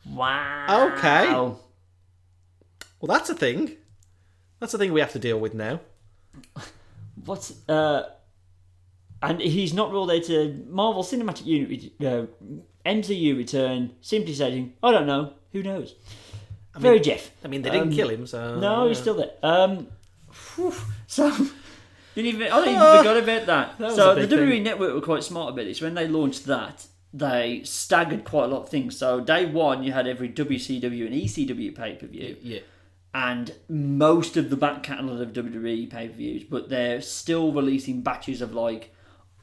Speaker 2: Wow.
Speaker 1: Okay. Well, that's a thing. That's a thing we have to deal with now.
Speaker 2: What's uh, and he's not ruled out a Marvel Cinematic Unit uh, MCU return. Simply stating, I don't know. Who knows? Very Jeff.
Speaker 1: I mean, uh, they didn't
Speaker 2: Um,
Speaker 1: kill him, so
Speaker 2: No, he's still there. Um, whew, so *laughs* didn't even I didn't even
Speaker 1: Ah,
Speaker 2: forgot about *laughs* that.
Speaker 1: was
Speaker 2: so
Speaker 1: a
Speaker 2: the
Speaker 1: big
Speaker 2: WWE
Speaker 1: thing.
Speaker 2: Network were quite smart about this. When they launched that, they staggered quite a lot of things. So day one, you had every WCW and E ECW pay per view
Speaker 1: yeah.
Speaker 2: and most of the back catalogue of WWE pay per views, but they're still releasing batches of like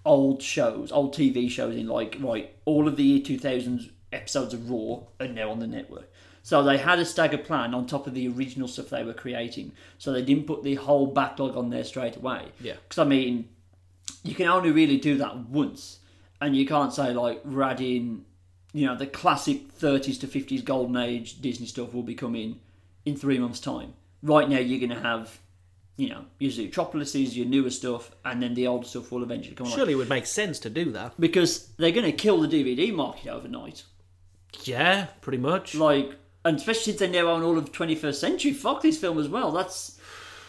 Speaker 2: old shows, old TV shows in like right all of the year two thousands episodes of Raw are now on the network. So they had a staggered plan on top of the original stuff they were creating. So they didn't put the whole backlog on there straight away.
Speaker 1: Yeah.
Speaker 2: Because I mean, you can only really do that once, and you can't say like we're adding, you know, the classic thirties to fifties golden age Disney stuff will be coming in three months' time. Right now, you're going to have, you know, your Zootropolises, your newer stuff, and then the older stuff will eventually come on.
Speaker 1: Surely it would make sense to do that.
Speaker 2: Because they're going to kill the DVD market overnight.
Speaker 1: Yeah, pretty much.
Speaker 2: Like, and especially since they now own all of 21st Century Fox this film as well. That's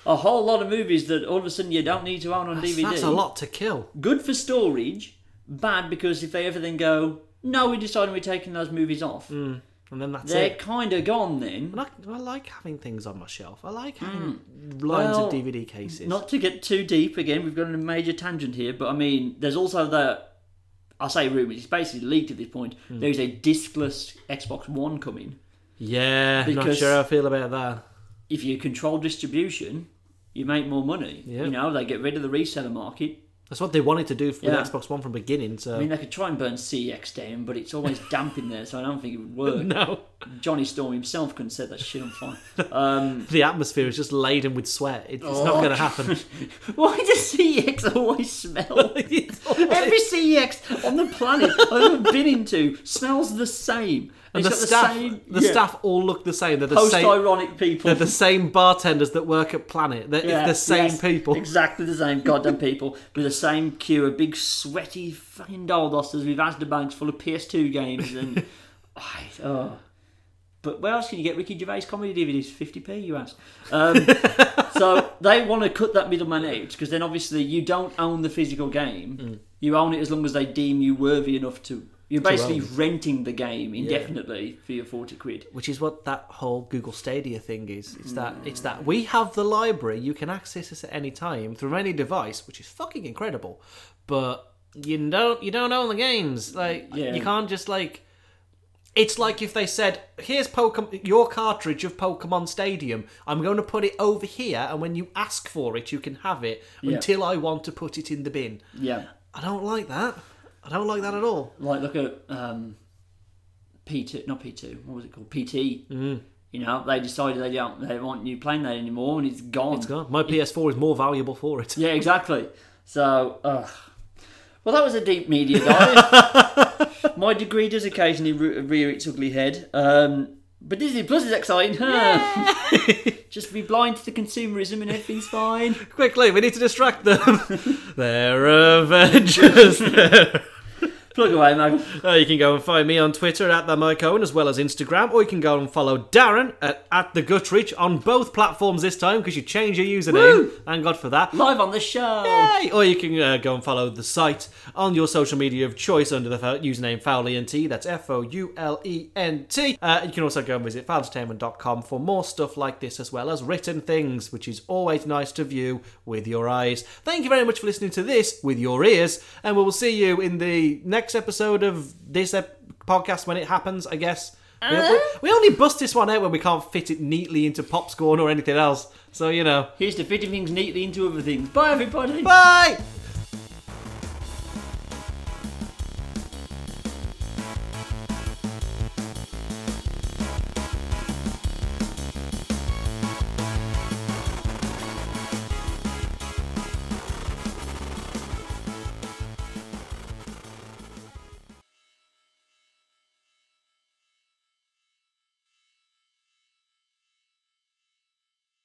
Speaker 2: a whole lot of movies that all of a sudden you don't need to own on
Speaker 1: That's-
Speaker 2: DVD.
Speaker 1: That's a lot to kill.
Speaker 2: good for storage, bad because if they ever then go, no, we decided we're taking those movies off,
Speaker 1: And then Mm, that's
Speaker 2: they're
Speaker 1: it.
Speaker 2: kind of gone then.
Speaker 1: And I, I like having things on my shelf. I like having lines
Speaker 2: Hmm. Well,
Speaker 1: of DVD cases.
Speaker 2: Not to get too deep again, we've gone on a major tangent here, but I mean, there's also the. I say rumours, it's basically leaked at this point.
Speaker 1: Hmm.
Speaker 2: There's a discless Xbox One coming.
Speaker 1: yeah, not
Speaker 2: Because-
Speaker 1: sure how I feel about that.
Speaker 2: If you control distribution, you make more money.
Speaker 1: Yeah.
Speaker 2: You know, they get rid of the reseller market.
Speaker 1: That's what they wanted to do with
Speaker 2: Yeah.
Speaker 1: Xbox One from beginning. So
Speaker 2: I
Speaker 1: *laughs*
Speaker 2: mean, they could try and burn CX down, but it's always damp in there, so I don't think it would work.
Speaker 1: no,
Speaker 2: Johnny Storm himself couldn't set that shit on fire. *laughs* Um,
Speaker 1: the atmosphere is just laden with sweat. It- It's not
Speaker 2: Oh.
Speaker 1: going to
Speaker 2: *laughs*
Speaker 1: happen. *laughs*
Speaker 2: Why does CEX always smell?
Speaker 1: It's
Speaker 2: Every CEX on the planet I've ever been into smells the same.
Speaker 1: *laughs* and
Speaker 2: It's
Speaker 1: the
Speaker 2: got
Speaker 1: staff, the,
Speaker 2: same, yeah,
Speaker 1: staff all look the same. They're the same.
Speaker 2: post-ironic people.
Speaker 1: They're the same bartenders that work at Planet. They're it's
Speaker 2: Yeah,
Speaker 1: the same
Speaker 2: yes,
Speaker 1: people.
Speaker 2: Exactly the same goddamn people *laughs* with the same queue of big sweaty fucking doldusters with Asda bags full of PS2 games
Speaker 1: *laughs*
Speaker 2: and. I, oh. But where else can you get Ricky Gervais comedy DVDs? 50p, you ask.
Speaker 1: *laughs*
Speaker 2: Um, so they want to cut that middleman out because then obviously you don't own the physical game.
Speaker 1: Mm.
Speaker 2: You own it as long as they deem you worthy enough to. You're basically
Speaker 1: own.
Speaker 2: renting the game indefinitely for your 40 quid.
Speaker 1: Which is what that whole Google Stadia thing is. It's that it's that we have the library. You can access this at any time through any device, which is fucking incredible. But you don't you don't own the games. Like
Speaker 2: Yeah.
Speaker 1: you can't just like. It's like if they said, "Here's Pokemon, your cartridge of Pokemon Stadium. I'm going to put it over here, and when you ask for it, you can have it
Speaker 2: Yeah.
Speaker 1: until I want to put it in the bin."
Speaker 2: Yeah.
Speaker 1: I don't like that. I don't like that at all.
Speaker 2: like look at um, P two, not P two. What was it called? PT. Mm. You know, they decided they don't they want you playing that anymore, and it's gone.
Speaker 1: It's gone. My PS4 is more valuable for it.
Speaker 2: Yeah, exactly. So, ugh. well, that was a deep *laughs* media dive. My degree does occasionally re- rear its ugly head. Um, But Disney Plus is exciting, huh? *laughs* Just be blind to the consumerism and everything's fine.
Speaker 1: Quickly, we need to distract them. They're Avengers. *laughs*
Speaker 2: Plug away, Mag.
Speaker 1: Uh, you can go and find me on Twitter at the Mike Owen as well as Instagram, or you can go and follow Darren at, at the Gutrich on both platforms this time because you changed your username.
Speaker 2: Woo!
Speaker 1: Thank God for that.
Speaker 2: Live on the show.
Speaker 1: Yay! Or you can uh, go and follow the site on your social media of choice under the fo- username FoulENT. That's F O U L E N T. Uh, you can also go and visit foulentertainment.com for more stuff like this, as well as written things, which is always nice to view with your eyes. Thank you very much for listening to this with your ears, and we will see you in the next episode of this ep- podcast when it happens, I guess. We- we- we only bust this one out when we can't fit it neatly into Popscorn or anything else. So, you know.
Speaker 2: Here's to fitting things neatly into other things. Bye, everybody.
Speaker 1: Bye!